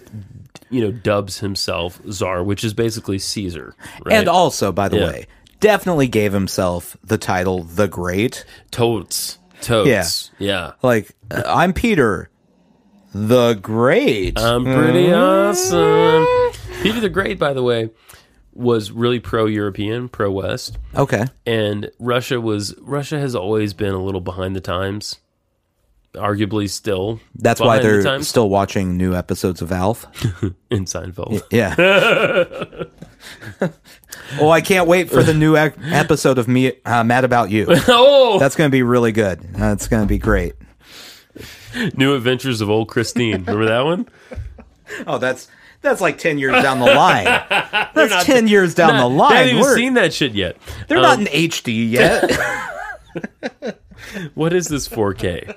Speaker 2: you know, dubs himself czar, which is basically Caesar, right?
Speaker 3: And also, by the
Speaker 2: Yeah.
Speaker 3: way, definitely gave himself the title the Great.
Speaker 2: totes, totes, yeah.
Speaker 3: Like, uh, I'm Peter the Great.
Speaker 2: I'm pretty
Speaker 3: Mm-hmm.
Speaker 2: awesome. Peter the Great, by the way, was really pro-European, pro-West.
Speaker 3: okay.
Speaker 2: and Russia was Russia has always been a little behind the times, arguably still.
Speaker 3: That's why
Speaker 2: behind the
Speaker 3: they're
Speaker 2: times
Speaker 3: still watching new episodes of Alf.
Speaker 2: in Seinfeld.
Speaker 3: Yeah. oh, I can't wait for the new ec- episode of me uh, Mad About You.
Speaker 2: Oh,
Speaker 3: That's going to be really good. That's going to be great.
Speaker 2: New Adventures of Old Christine. Remember that one?
Speaker 3: Oh, that's that's like 10 years down the line. That's 10 years down the
Speaker 2: I
Speaker 3: line.
Speaker 2: haven't even
Speaker 3: We're-
Speaker 2: seen that shit yet.
Speaker 3: they're not
Speaker 2: Um,
Speaker 3: in HD yet.
Speaker 2: What is this 4K?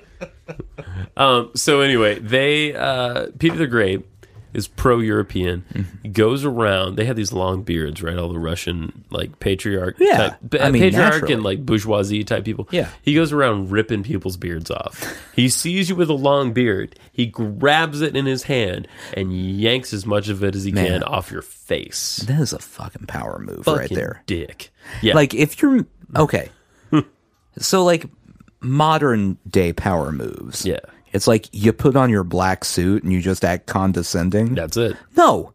Speaker 2: um, so anyway, they uh, Peter the Great is pro-European.
Speaker 3: Mm-hmm.
Speaker 2: Goes around. They had these long beards, right? All the Russian like patriarch,
Speaker 3: Yeah.
Speaker 2: type,
Speaker 3: I
Speaker 2: uh,
Speaker 3: mean,
Speaker 2: patriarch
Speaker 3: naturally.
Speaker 2: and like bourgeoisie type people.
Speaker 3: Yeah.
Speaker 2: he goes around ripping people's beards off. he sees you with a long beard. He grabs it in his hand and yanks as much of it as he can off your face.
Speaker 3: that is a fucking power move right
Speaker 2: Fucking
Speaker 3: there.
Speaker 2: dick. Yeah, Hmm.
Speaker 3: Like if you're okay. so like modern day power moves.
Speaker 2: Yeah.
Speaker 3: It's like you put on your black suit and you just act condescending.
Speaker 2: that's it.
Speaker 3: No.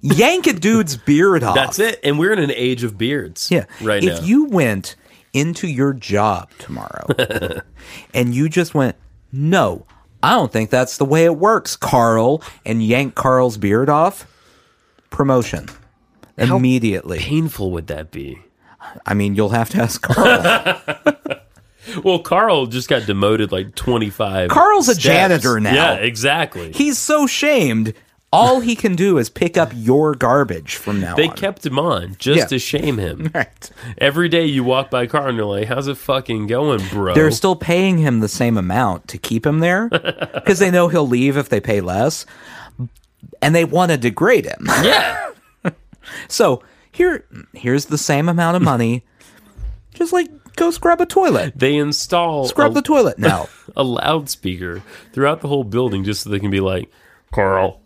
Speaker 3: Yank a dude's beard off.
Speaker 2: That's it. And we're in an age of beards.
Speaker 3: Yeah.
Speaker 2: right
Speaker 3: if
Speaker 2: now.
Speaker 3: you went into your job tomorrow and you just went, no, I don't think that's the way it works, Carl, and yank Carl's beard off, promotion. Immediately.
Speaker 2: painful would that be?
Speaker 3: I mean, you'll have to ask Carl.
Speaker 2: Well, Carl just got demoted like 25.
Speaker 3: Carl's a
Speaker 2: steps.
Speaker 3: janitor now.
Speaker 2: Yeah, exactly.
Speaker 3: He's so shamed. All he can do is pick up your garbage from now
Speaker 2: they
Speaker 3: on.
Speaker 2: kept him on just
Speaker 3: Yeah.
Speaker 2: to shame him.
Speaker 3: Right.
Speaker 2: Every day you walk by Carl and you're like, how's it fucking going, bro?
Speaker 3: They're still paying him the same amount to keep him there because they know he'll leave if they pay less, and they want to degrade him.
Speaker 2: yeah.
Speaker 3: So here, here's the same amount of money. Just like go scrub a toilet,
Speaker 2: They install
Speaker 3: scrub
Speaker 2: a,
Speaker 3: the toilet now.
Speaker 2: a loudspeaker throughout the whole building just so they can be like, Carl,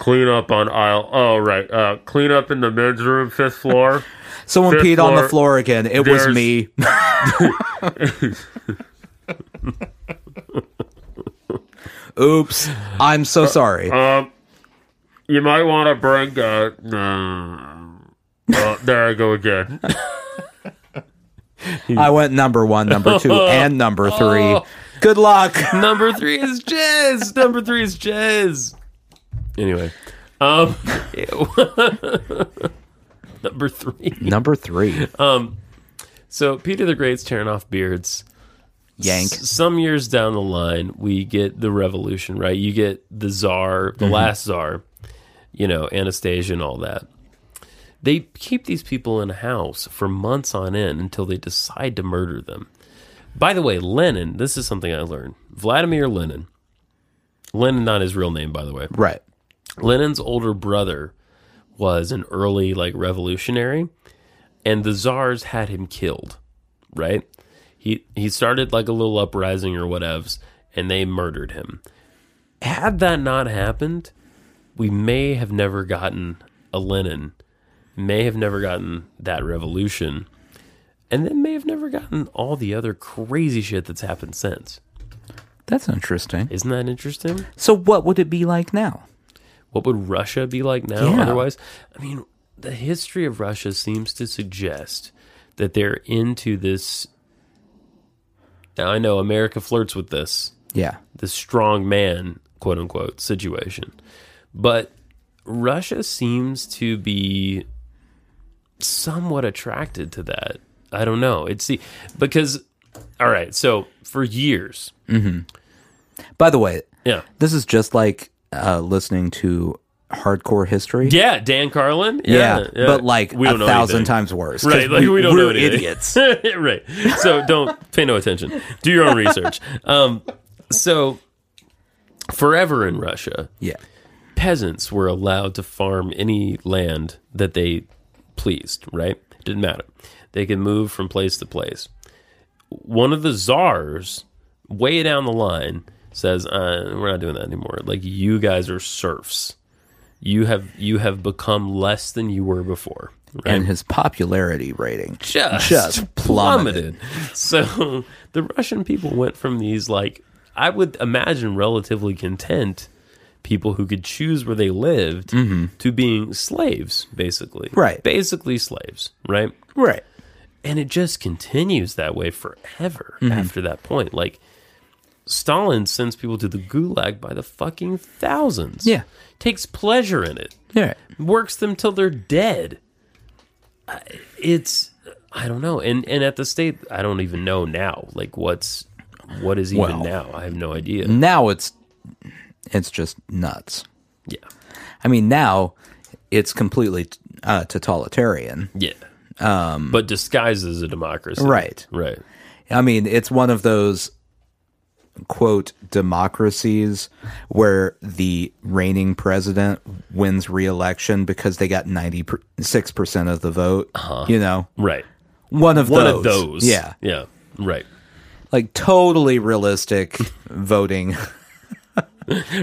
Speaker 2: clean up on aisle. Oh, right. Uh, clean up in the men's room, fifth floor.
Speaker 3: Someone
Speaker 2: Fifth
Speaker 3: peed on the
Speaker 2: floor,
Speaker 3: floor again. It was
Speaker 2: there's-
Speaker 3: me. Oops, I'm
Speaker 2: Uh,
Speaker 3: so sorry.
Speaker 2: you might want to bring. Uh, there I go again.
Speaker 3: I went number one, number two, and number three.
Speaker 2: Oh.
Speaker 3: Good luck.
Speaker 2: Number three is jazz. Number three is jazz. Anyway, Um, number three.
Speaker 3: Number three,
Speaker 2: Uh, So Peter the Great's tearing off beards.
Speaker 3: Yank.
Speaker 2: S- some years down the line, we get the revolution, right? You get the czar, the last czar, you know, Anastasia and all that. They keep these people in a house for months on end until they decide to murder them. By the way, Lenin, this is something I learned. Vladimir Lenin. Lenin, not his real name, by the way.
Speaker 3: Right.
Speaker 2: Lenin's older brother was an early like revolutionary, and the czars had him killed. Right? He he started like a little uprising or whatevs, and they murdered him. Had that not happened, we may have never gotten a Lenin, may have never gotten that revolution, and then may have never gotten all the other crazy shit that's happened since.
Speaker 3: That's interesting.
Speaker 2: Isn't that interesting?
Speaker 3: So, what would it be like now?
Speaker 2: what would Russia be like now
Speaker 3: Yeah.
Speaker 2: otherwise? I mean, the history of Russia seems to suggest that they're into this. Now, I know America flirts with this,
Speaker 3: Yeah.
Speaker 2: this strong man, quote unquote, situation. But Russia seems to be somewhat attracted to that. I don't know. It's the, because, all right, so for years,
Speaker 3: By the way,
Speaker 2: yeah.
Speaker 3: this is just like uh, listening to hardcore history.
Speaker 2: Yeah, Dan Carlin.
Speaker 3: Yeah, but like
Speaker 2: We
Speaker 3: a
Speaker 2: don't know
Speaker 3: thousand
Speaker 2: anything.
Speaker 3: times worse. 'cause
Speaker 2: Right, like we, don't
Speaker 3: we're
Speaker 2: know anything.
Speaker 3: idiots.
Speaker 2: right. So don't pay no attention. Do your own research. Um, so forever in Russia,
Speaker 3: yeah,
Speaker 2: peasants were allowed to farm any land that they pleased, right? Didn't matter. They could move from place to place. One of the czars, way down the line, says, uh, "We're not doing that anymore. Like you guys are serfs. You have you have become less than you were before." Right?
Speaker 3: and his popularity rating.
Speaker 2: just,
Speaker 3: Just plummeted.
Speaker 2: plummeted. So the Russian people went from these like I would imagine relatively content people who could choose where they lived to being slaves, basically.
Speaker 3: Mm-hmm. Right.
Speaker 2: Basically slaves, right?
Speaker 3: Right.
Speaker 2: And it just continues that way forever
Speaker 3: Mm-hmm.
Speaker 2: after that point. Like Stalin sends people to the gulag by the fucking thousands.
Speaker 3: Yeah.
Speaker 2: Takes pleasure in it
Speaker 3: Yeah.
Speaker 2: works them till they're dead. I- It's I don't know, and and at the state, I don't even know now. Like what's what is
Speaker 3: Well.
Speaker 2: even
Speaker 3: Mm.
Speaker 2: now? I have no idea.
Speaker 3: Now it's it's just nuts.
Speaker 2: Yeah,
Speaker 3: I mean, now it's completely uh, totalitarian.
Speaker 2: yeah. Um, but disguised as a democracy,
Speaker 3: Right.
Speaker 2: Right.
Speaker 3: I mean, it's one of those quote democracies where the reigning president wins re-election because they got 96% of the vote, you know.
Speaker 2: Right.
Speaker 3: One of
Speaker 2: Uh-huh. One
Speaker 3: those.
Speaker 2: of those.
Speaker 3: Yeah.
Speaker 2: Yeah. Right.
Speaker 3: Like totally realistic voting.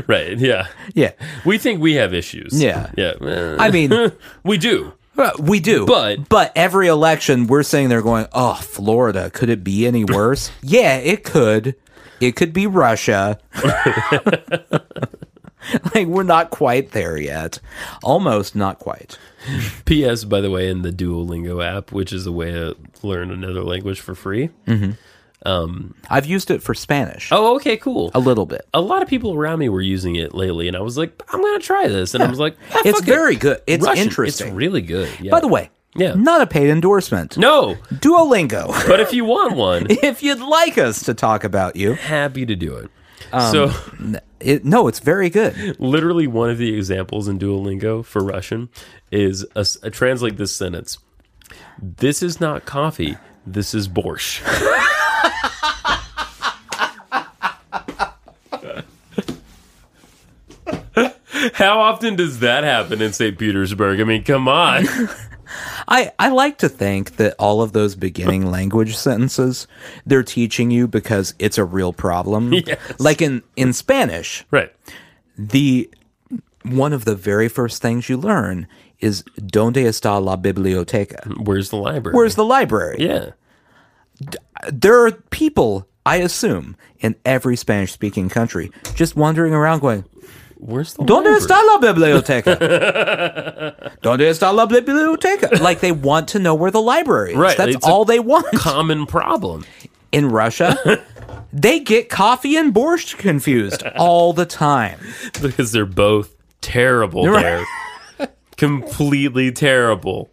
Speaker 2: Right. Yeah.
Speaker 3: Yeah.
Speaker 2: We think we have issues.
Speaker 3: Yeah.
Speaker 2: Yeah.
Speaker 3: I mean,
Speaker 2: we do.
Speaker 3: uh, we do.
Speaker 2: But-
Speaker 3: but every election we're sitting there going, "Oh, Florida, could it be any worse?" yeah, it could. It could be Russia. like we're not quite there yet. Almost not quite.
Speaker 2: P.S. By the way, in the Duolingo app, which is a way to learn another language for free.
Speaker 3: Mm. I've used it for Spanish
Speaker 2: Oh, okay, cool.
Speaker 3: a little bit.
Speaker 2: a lot of people around me were using it lately, and I was like, I'm gonna try this, and I was like, "Ah,
Speaker 3: It's
Speaker 2: fuck it.
Speaker 3: very good. It's
Speaker 2: Russian.
Speaker 3: interesting.
Speaker 2: It's really good. Yeah.
Speaker 3: By the way,
Speaker 2: Yeah.
Speaker 3: not a paid endorsement.
Speaker 2: no,
Speaker 3: Duolingo.
Speaker 2: but if you want one,
Speaker 3: if you'd like us to talk about you,
Speaker 2: happy to do it.
Speaker 3: Um,
Speaker 2: so,
Speaker 3: it, no, it's very good.
Speaker 2: literally, one of the examples in Duolingo for Russian is a, s- a- translate this sentence. This is not coffee. This is borscht. How often does that happen in St. Petersburg? I mean, come on.
Speaker 3: I, I like to think that all of those beginning language sentences they're teaching you because it's a real problem.
Speaker 2: Yes.
Speaker 3: Like in, in Spanish,
Speaker 2: Right.
Speaker 3: the one of the very first things you learn is donde está la biblioteca?
Speaker 2: Where's the library?
Speaker 3: Where's the library?
Speaker 2: Hmm. yeah.
Speaker 3: There are people, I assume, in every Spanish speaking country just wandering around going,
Speaker 2: Where's the
Speaker 3: Donde
Speaker 2: library?
Speaker 3: está la biblioteca? Donde está la biblioteca? Like they want to know where the library is.
Speaker 2: Right,
Speaker 3: That's
Speaker 2: it's a
Speaker 3: all they want.
Speaker 2: Common problem.
Speaker 3: in Russia, they get coffee and borscht confused all the time.
Speaker 2: Because they're both terrible there. Completely terrible.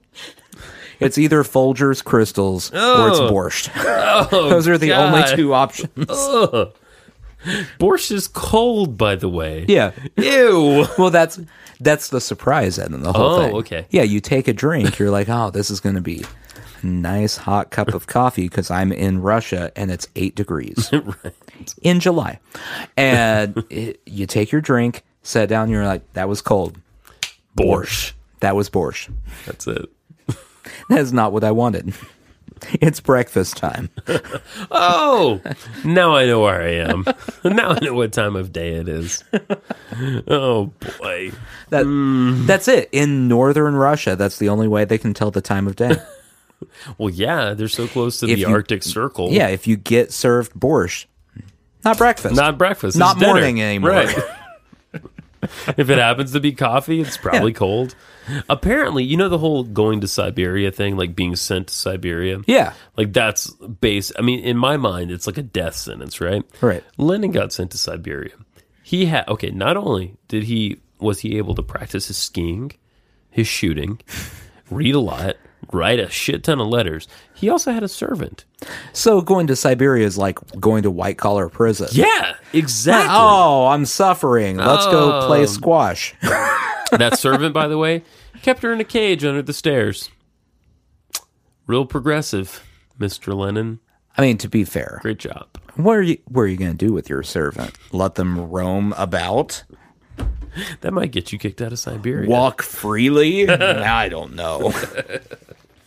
Speaker 3: It's either Folgers crystals or it's borscht. Those are the
Speaker 2: Oh. God.
Speaker 3: only two options.
Speaker 2: Borscht is cold, by the way.
Speaker 3: yeah.
Speaker 2: Ew.
Speaker 3: Well, that's that's the surprise end in the whole
Speaker 2: Oh,
Speaker 3: thing.
Speaker 2: okay.
Speaker 3: Yeah, you take a drink, you're like, oh, this is going to be a nice hot cup of coffee because I'm in Russia and it's eight degrees in July, and it, you take your drink, sit down, you're like, that was cold.
Speaker 2: Borscht.
Speaker 3: That was borscht.
Speaker 2: That's it.
Speaker 3: That's not what I wanted. It's breakfast time.
Speaker 2: Oh, now I know where I am. now I know what time of day it is. Oh boy.
Speaker 3: That,
Speaker 2: Mm.
Speaker 3: That's it. In northern Russia, that's the only way they can tell the time of day.
Speaker 2: Well, yeah, they're so close to
Speaker 3: If
Speaker 2: the
Speaker 3: you-
Speaker 2: Arctic Circle.
Speaker 3: yeah, if you get served borscht, not breakfast.
Speaker 2: Not breakfast.
Speaker 3: Not
Speaker 2: it's dinner.
Speaker 3: morning anymore.
Speaker 2: Right. if it happens to be coffee, it's probably cold. Apparently, you know the whole going to Siberia thing, like being sent to Siberia?
Speaker 3: yeah.
Speaker 2: Like that's base. I mean, in my mind, it's like a death sentence, right?
Speaker 3: Right.
Speaker 2: Lenin got sent to Siberia. He had okay. Not only did he was he able to practice his skiing, his shooting, read a lot, write a shit ton of letters. He also had a servant.
Speaker 3: So going to Siberia is like going to white collar prison.
Speaker 2: Yeah, exactly.
Speaker 3: Oh, I'm suffering. Let's
Speaker 2: Oh.
Speaker 3: go play squash.
Speaker 2: That servant, by the way, kept her in a cage under the stairs. Real progressive, Mr. Lennon.
Speaker 3: I mean, to be fair,
Speaker 2: Great job.
Speaker 3: what are you what are you going to do with your servant? Let them roam about,
Speaker 2: That might get you kicked out of Siberia.
Speaker 3: walk freely? I don't know.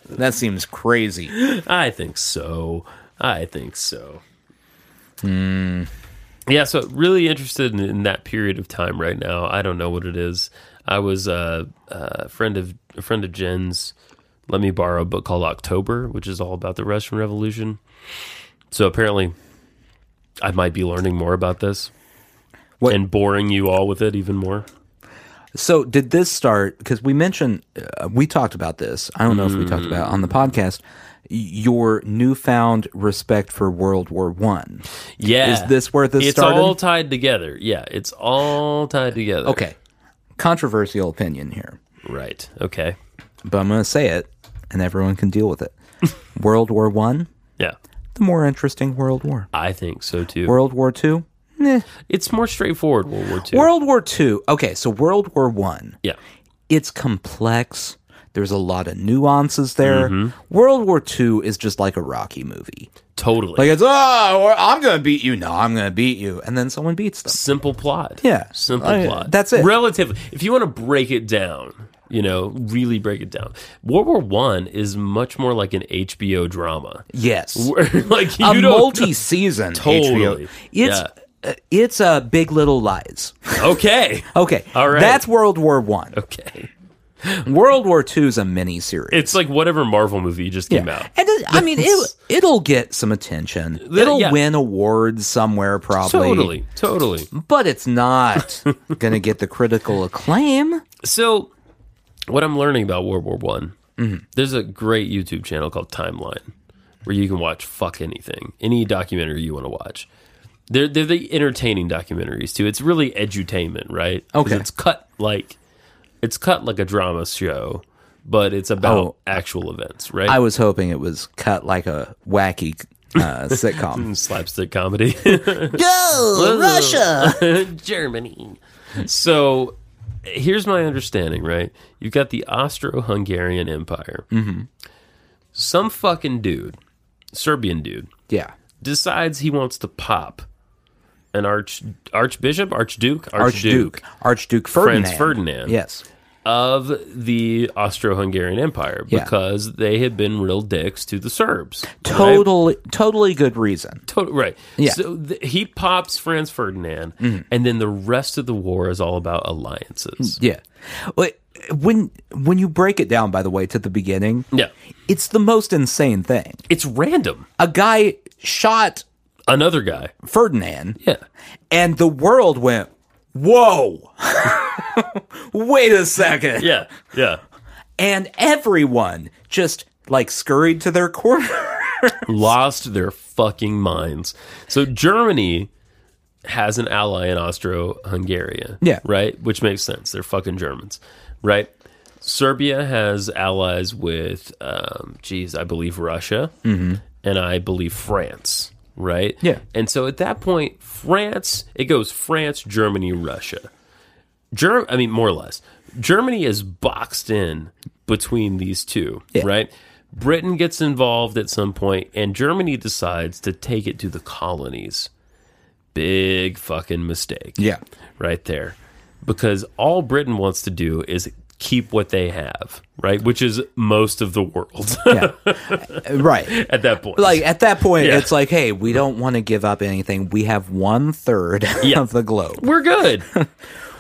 Speaker 3: that seems crazy.
Speaker 2: I think so. I think so. Hmm. Yeah, so really interested in, in that period of time right now. I don't know what it is. I was uh, a friend of a friend of Jen's. Let me borrow a book called October, which is all about the Russian Revolution. So apparently, I might be learning more about this
Speaker 3: What-
Speaker 2: and boring you all with it even more.
Speaker 3: So, did this start cuz we mentioned uh, we talked about this. I don't know if we talked about it on the podcast your newfound respect for World War 1.
Speaker 2: Yeah,
Speaker 3: Is this where this
Speaker 2: It's
Speaker 3: started?
Speaker 2: all tied together. Yeah, it's all tied together.
Speaker 3: Okay. Controversial opinion here.
Speaker 2: right. Okay.
Speaker 3: but I'm going to say it, and everyone can deal with it. World War One,
Speaker 2: Yeah.
Speaker 3: the more interesting World War.
Speaker 2: I think so too.
Speaker 3: World War Two,
Speaker 2: it's more straightforward. World War Two.
Speaker 3: World War Two. Okay, so World War One,
Speaker 2: yeah,
Speaker 3: it's complex. There's a lot of nuances there. World War Two is just like a Rocky movie.
Speaker 2: totally.
Speaker 3: Like it's oh, or I'm going to beat you. No, I'm going to beat you, and then someone beats them.
Speaker 2: simple plot.
Speaker 3: Yeah.
Speaker 2: simple
Speaker 3: I-
Speaker 2: plot.
Speaker 3: that's it.
Speaker 2: Relatively, if you want to break it down, you know, really break it down. World War One is much more like an HBO drama.
Speaker 3: Yes,
Speaker 2: Where, like you
Speaker 3: a
Speaker 2: don't.
Speaker 3: multi-season
Speaker 2: Totally.
Speaker 3: HBO. It's uh, it's a Big Little Lies.
Speaker 2: okay,
Speaker 3: Okay,
Speaker 2: All right.
Speaker 3: That's World War One.
Speaker 2: okay.
Speaker 3: World War II is a mini series.
Speaker 2: It's like whatever Marvel movie just came out.
Speaker 3: And it- I mean, it, it'll get some attention. It'll
Speaker 2: yeah.
Speaker 3: win awards somewhere, probably.
Speaker 2: Totally, totally.
Speaker 3: But it's not going to get the critical acclaim.
Speaker 2: So, what I'm learning about World War One, there's a great YouTube channel called Timeline where you can watch fuck anything, any documentary you want to watch. They're they're the entertaining documentaries too. It's really edutainment, right? 'Cause
Speaker 3: Okay.
Speaker 2: it's cut like it's cut like a drama show, but it's about
Speaker 3: Oh.
Speaker 2: actual events, right?
Speaker 3: I was hoping it was cut like a wacky uh, sitcom.
Speaker 2: Slapstick comedy,
Speaker 3: Go Russia!
Speaker 2: Germany. So here's my understanding, right? You've got the Austro Hungarian Empire. Mm-hmm. Some fucking dude, Serbian dude,
Speaker 3: Yeah,
Speaker 2: decides he wants to pop an arch archbishop, archduke,
Speaker 3: Archduke, Archduke Ferdinand.
Speaker 2: Franz Ferdinand.
Speaker 3: Yes,
Speaker 2: of the Austro-Hungarian Empire
Speaker 3: Yeah.
Speaker 2: because they had been real dicks to the Serbs. right?
Speaker 3: totally, totally good reason.
Speaker 2: Tot- right.
Speaker 3: Yeah. Mm-hmm.
Speaker 2: So th- he pops Franz Ferdinand, and then the rest of the war is all about
Speaker 3: Mm,
Speaker 2: alliances.
Speaker 3: Yeah, Wait, when when you break it down, by the way, to the beginning,
Speaker 2: Yeah.
Speaker 3: it's the most insane thing.
Speaker 2: It's random.
Speaker 3: A guy shot
Speaker 2: Another guy.
Speaker 3: Ferdinand,
Speaker 2: Yeah.
Speaker 3: and the world went, Whoa, wait a second.
Speaker 2: Yeah. Yeah.
Speaker 3: And everyone just like scurried to their corner.
Speaker 2: Lost their fucking minds. So Germany has an ally in Austro Hungaria.
Speaker 3: Yeah.
Speaker 2: Right? Which makes sense. They're fucking Germans. Right? Serbia has allies with, um, geez, I believe Russia and I believe France. Right?
Speaker 3: Mm-hmm. Yeah.
Speaker 2: And so at that point, France, it goes France, Germany, Russia. Germ I mean more or less. Germany is boxed in between these two, right? Britain gets involved at some point and Germany decides to take it to the colonies. Big fucking mistake
Speaker 3: Yeah.
Speaker 2: right there. Because all Britain wants to do is keep what they have, right? Which is most of the world
Speaker 3: Yeah. right.
Speaker 2: at that point.
Speaker 3: Like at that point,
Speaker 2: Yeah.
Speaker 3: it's like, hey, we don't want to give up anything. We have one third
Speaker 2: Yeah.
Speaker 3: of the globe.
Speaker 2: we're good.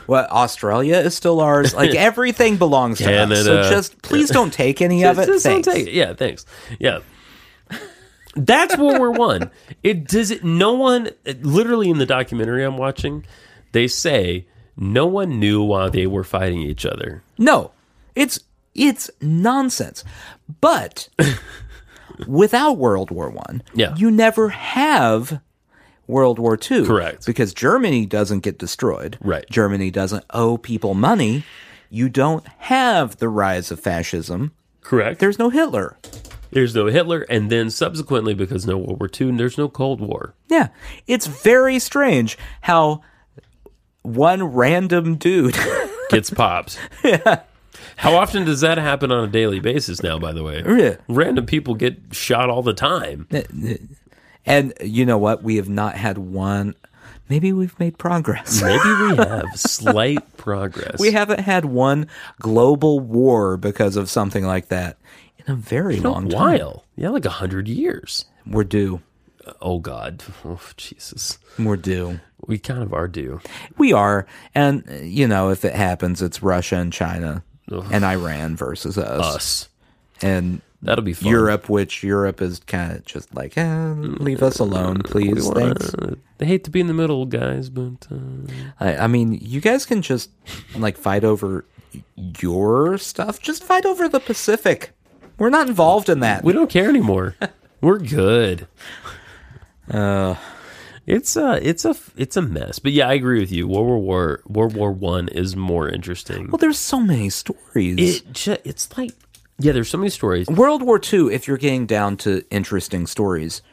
Speaker 3: Well, Australia is still ours. Like everything belongs to us. So
Speaker 2: Canada.
Speaker 3: just please don't take any of it.
Speaker 2: Just don't
Speaker 3: Thanks.
Speaker 2: take it. Yeah, thanks. Yeah. That's what we're one. It does it no one literally in the documentary I'm watching, they say no one knew why they were fighting each other.
Speaker 3: No, it's it's nonsense. But without World War One,
Speaker 2: Yeah.
Speaker 3: you never have World War Two,
Speaker 2: Correct.
Speaker 3: Because Germany doesn't get destroyed,
Speaker 2: Right.
Speaker 3: Germany doesn't owe people money. You don't have the rise of fascism.
Speaker 2: Correct.
Speaker 3: There's no Hitler.
Speaker 2: There's no Hitler and then subsequently because no World War II, there's no Cold War.
Speaker 3: Yeah, it's very strange how one random dude.
Speaker 2: gets popped. How often does that happen on a daily basis now, by the way?
Speaker 3: Yeah.
Speaker 2: Random people get shot all the time.
Speaker 3: and you know what? We have not had one. Maybe we've made progress.
Speaker 2: Maybe we have slight progress.
Speaker 3: We haven't had one global war because of something like that in a very
Speaker 2: a
Speaker 3: long time.
Speaker 2: while. Yeah, like a hundred years.
Speaker 3: We're due.
Speaker 2: Oh God. Oh Jesus.
Speaker 3: We're due.
Speaker 2: We kind of are due.
Speaker 3: We are. And, uh, you know, if it happens, it's Russia and China and Iran versus us.
Speaker 2: Us.
Speaker 3: And
Speaker 2: That'll be fun.
Speaker 3: Europe, which Europe is kind of just like, eh, leave us alone, please. Thanks.
Speaker 2: Uh, they hate to be in the middle, guys, but uh,
Speaker 3: I, I mean, you guys can just, like, fight over your stuff. Just fight over the Pacific. We're not involved in that.
Speaker 2: we don't care anymore. We're good.
Speaker 3: Uh,
Speaker 2: It's a it's a it's a mess. But yeah, I agree with you. World War War World War One is more interesting.
Speaker 3: well, there's so many stories.
Speaker 2: it ju- it's like Oh, yeah there's so many stories
Speaker 3: World War II, if you're getting down to interesting stories,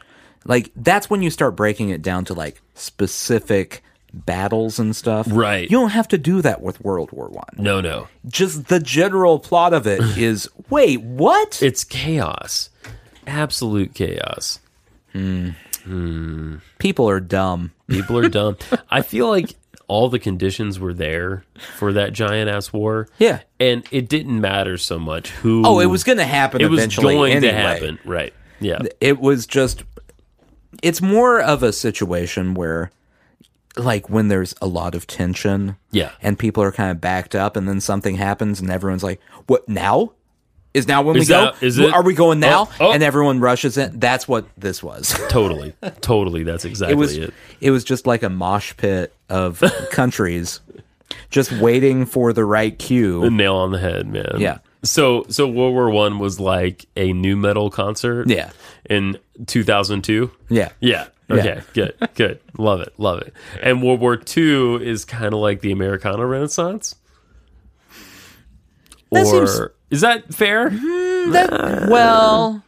Speaker 3: like that's when you start breaking it down to like specific battles and stuff.
Speaker 2: Right.
Speaker 3: You don't have to do that with World War One.
Speaker 2: no no
Speaker 3: Just the general plot of it is wait, what?
Speaker 2: it's chaos absolute chaos
Speaker 3: People are dumb.
Speaker 2: people are dumb i feel like all the conditions were there for that giant ass war
Speaker 3: Yeah.
Speaker 2: and it didn't matter so much who
Speaker 3: Oh, it was going to happen
Speaker 2: it was
Speaker 3: eventually.
Speaker 2: going to
Speaker 3: anyway.
Speaker 2: happen right yeah
Speaker 3: It was just it's more of a situation where like when there's a lot of tension
Speaker 2: yeah
Speaker 3: and people are kind of backed up, and then something happens, and everyone's like, "What now? Is now when
Speaker 2: Is
Speaker 3: we
Speaker 2: that-
Speaker 3: go?
Speaker 2: is it?
Speaker 3: Are we going now?"
Speaker 2: Oh, oh.
Speaker 3: And everyone rushes in. That's what this was.
Speaker 2: totally totally that's exactly
Speaker 3: It
Speaker 2: it,
Speaker 3: was it was just like a mosh pit of countries just waiting for the right
Speaker 2: The
Speaker 3: cue.
Speaker 2: nail on the head man
Speaker 3: Yeah.
Speaker 2: so so world war one was like a new metal concert
Speaker 3: Yeah.
Speaker 2: in 2002
Speaker 3: Yeah,
Speaker 2: Yeah. Okay. good. Good. Love it. Love it. And World War II is kind of like the Americana Renaissance.
Speaker 3: That
Speaker 2: or
Speaker 3: seems-
Speaker 2: is that fair?
Speaker 3: That- well.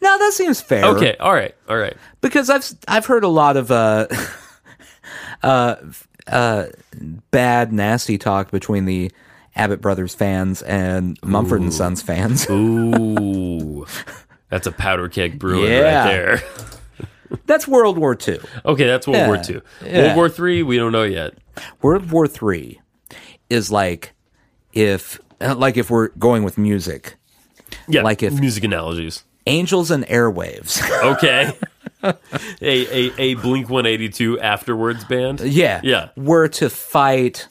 Speaker 3: No, that seems fair.
Speaker 2: Okay. All right. All right.
Speaker 3: because I've I've heard a lot of uh, uh, uh, bad nasty talk between the Abbott Brothers fans and Mumford and Sons fans.
Speaker 2: Ooh, that's a powder keg brewing
Speaker 3: Yeah.
Speaker 2: right there.
Speaker 3: That's World War II.
Speaker 2: Okay, that's World War
Speaker 3: Yeah.
Speaker 2: II.
Speaker 3: Yeah.
Speaker 2: World War Three, we don't know yet.
Speaker 3: World War III is like if uh, like if we're going with music,
Speaker 2: Yeah,
Speaker 3: Like if-
Speaker 2: music analogies.
Speaker 3: Angels and Airwaves.
Speaker 2: Okay, a a a Blink One Eighty Two afterwards band.
Speaker 3: yeah.
Speaker 2: yeah.
Speaker 3: Were to fight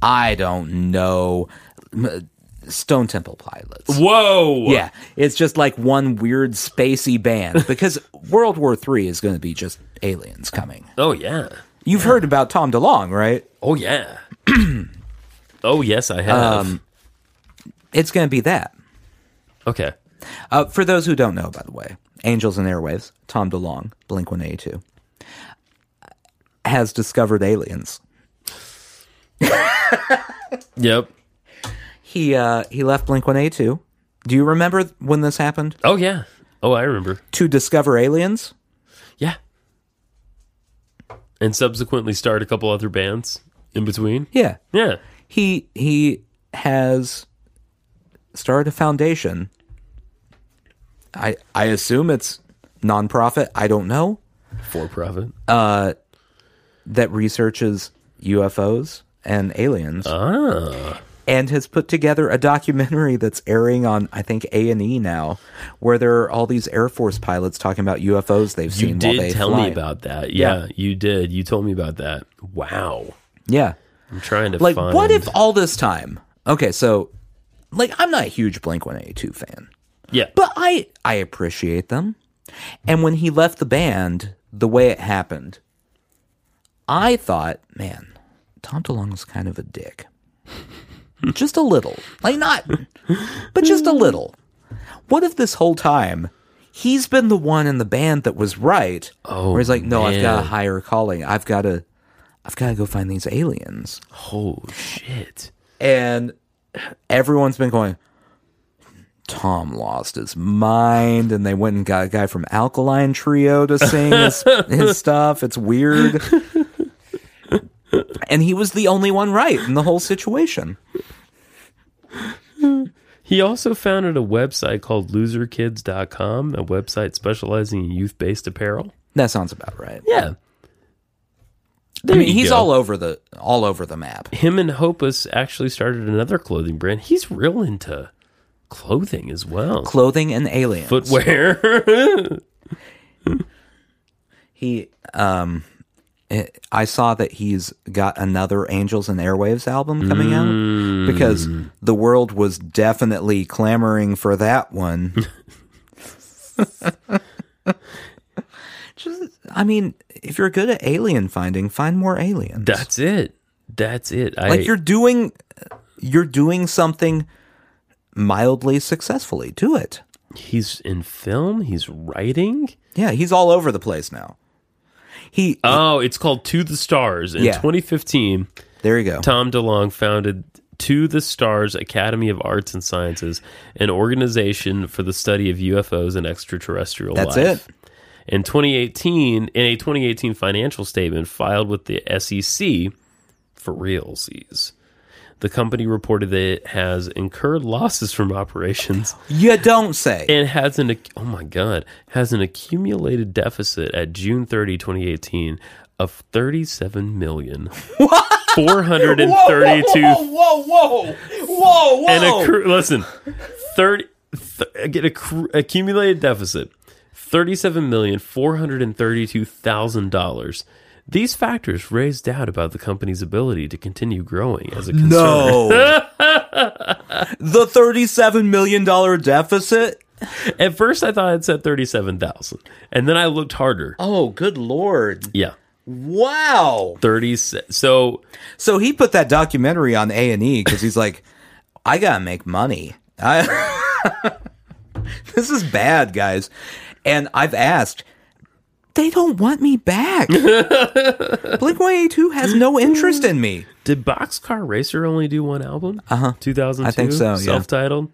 Speaker 3: I don't know m- Stone Temple Pilots.
Speaker 2: Whoa.
Speaker 3: Yeah, it's just like one weird spacey band because World War III is going to be just aliens coming.
Speaker 2: Oh yeah.
Speaker 3: You've heard about Tom DeLong, right?
Speaker 2: Oh yeah. oh yes, I have.
Speaker 3: It's going to be that.
Speaker 2: okay.
Speaker 3: Uh, for those who don't know, by the way, Angels and Airwaves, Tom DeLong, Blink 182. has discovered aliens.
Speaker 2: Yep.
Speaker 3: He uh, he left Blink One Eight Two. Do you remember when this happened?
Speaker 2: Oh yeah. Oh, I remember.
Speaker 3: To discover aliens.
Speaker 2: Yeah. And subsequently start a couple other bands in between.
Speaker 3: Yeah,
Speaker 2: Yeah.
Speaker 3: he he has started a foundation. I I assume it's nonprofit. I don't know
Speaker 2: For profit.
Speaker 3: Uh, that researches UFOs and aliens.
Speaker 2: ah.
Speaker 3: and has put together a documentary that's airing on I think A and E now, where there are all these Air Force pilots talking about UFOs they've
Speaker 2: You
Speaker 3: seen. while they
Speaker 2: did tell
Speaker 3: fly.
Speaker 2: me about that. Yeah, you did. You told me about that. Wow.
Speaker 3: Yeah,
Speaker 2: I'm trying to
Speaker 3: like
Speaker 2: find
Speaker 3: what if all this time? Okay, so like I'm not a huge Blink One Eighty Two fan,
Speaker 2: Yeah.
Speaker 3: but I I appreciate them. And when he left the band, the way it happened, I thought, man, Tom DeLonge's kind of a dick. just a little. Like not but just a little. What if this whole time he's been the one in the band that was right?
Speaker 2: Oh,
Speaker 3: where he's like, no, I've got a
Speaker 2: man.
Speaker 3: higher calling. I've got to I've got to go find these aliens
Speaker 2: oh shit.
Speaker 3: and everyone's been going tom lost his mind and they went and got a guy from alkaline trio to sing his, his stuff it's weird and he was the only one right in the whole situation
Speaker 2: He also founded a website called loserkids.com, a website specializing in youth-based apparel.
Speaker 3: that sounds about right
Speaker 2: Yeah.
Speaker 3: i mean he's
Speaker 2: go.
Speaker 3: all over the all over the map
Speaker 2: Him and Hopus actually started another clothing brand. He's real into clothing as well.
Speaker 3: clothing and aliens
Speaker 2: Footwear.
Speaker 3: he um eh, i saw that he's got another angels and airwaves album coming
Speaker 2: Mm.
Speaker 3: out because the world was definitely clamoring for that one just i mean if you're good at alien finding find more aliens
Speaker 2: That's it. That's it. I,
Speaker 3: like you're doing you're doing something mildly successfully do it
Speaker 2: he's in film. He's writing.
Speaker 3: yeah he's all over the place now he
Speaker 2: Oh, it's called To the Stars. In
Speaker 3: Yeah. Oh.
Speaker 2: 2015,
Speaker 3: there you go
Speaker 2: Tom DeLong founded To the Stars Academy of Arts and Sciences, an organization for the study of UFOs and extraterrestrial
Speaker 3: that's
Speaker 2: life.
Speaker 3: it
Speaker 2: In 2018, in a 2018 financial statement filed with the SEC for realsies, the company reported that it has incurred losses from operations
Speaker 3: you don't say
Speaker 2: and has an ac- oh my god has an accumulated deficit at June 30, 2018 of 37 million 432
Speaker 3: Whoa, whoa, whoa, whoa, whoa!
Speaker 2: and accru- listen 30 th- get accru- accumulated deficit 37 million 432,000 dollars these factors raise doubt about the company's ability to continue growing as a concern.
Speaker 3: no, the thirty-seven million dollar deficit.
Speaker 2: At first, I thought it said 37,000. And then I looked harder.
Speaker 3: Oh, good lord!
Speaker 2: Yeah.
Speaker 3: Wow.
Speaker 2: 30. So
Speaker 3: So he put that documentary on A and E because he's like, I gotta make money. I- this is bad, guys. And I've asked. They don't want me back. Blink 182 has no interest in me.
Speaker 2: Did Boxcar Racer only do one album? Uh huh. 2002.
Speaker 3: Uh-huh. I think so, yeah.
Speaker 2: Self-titled.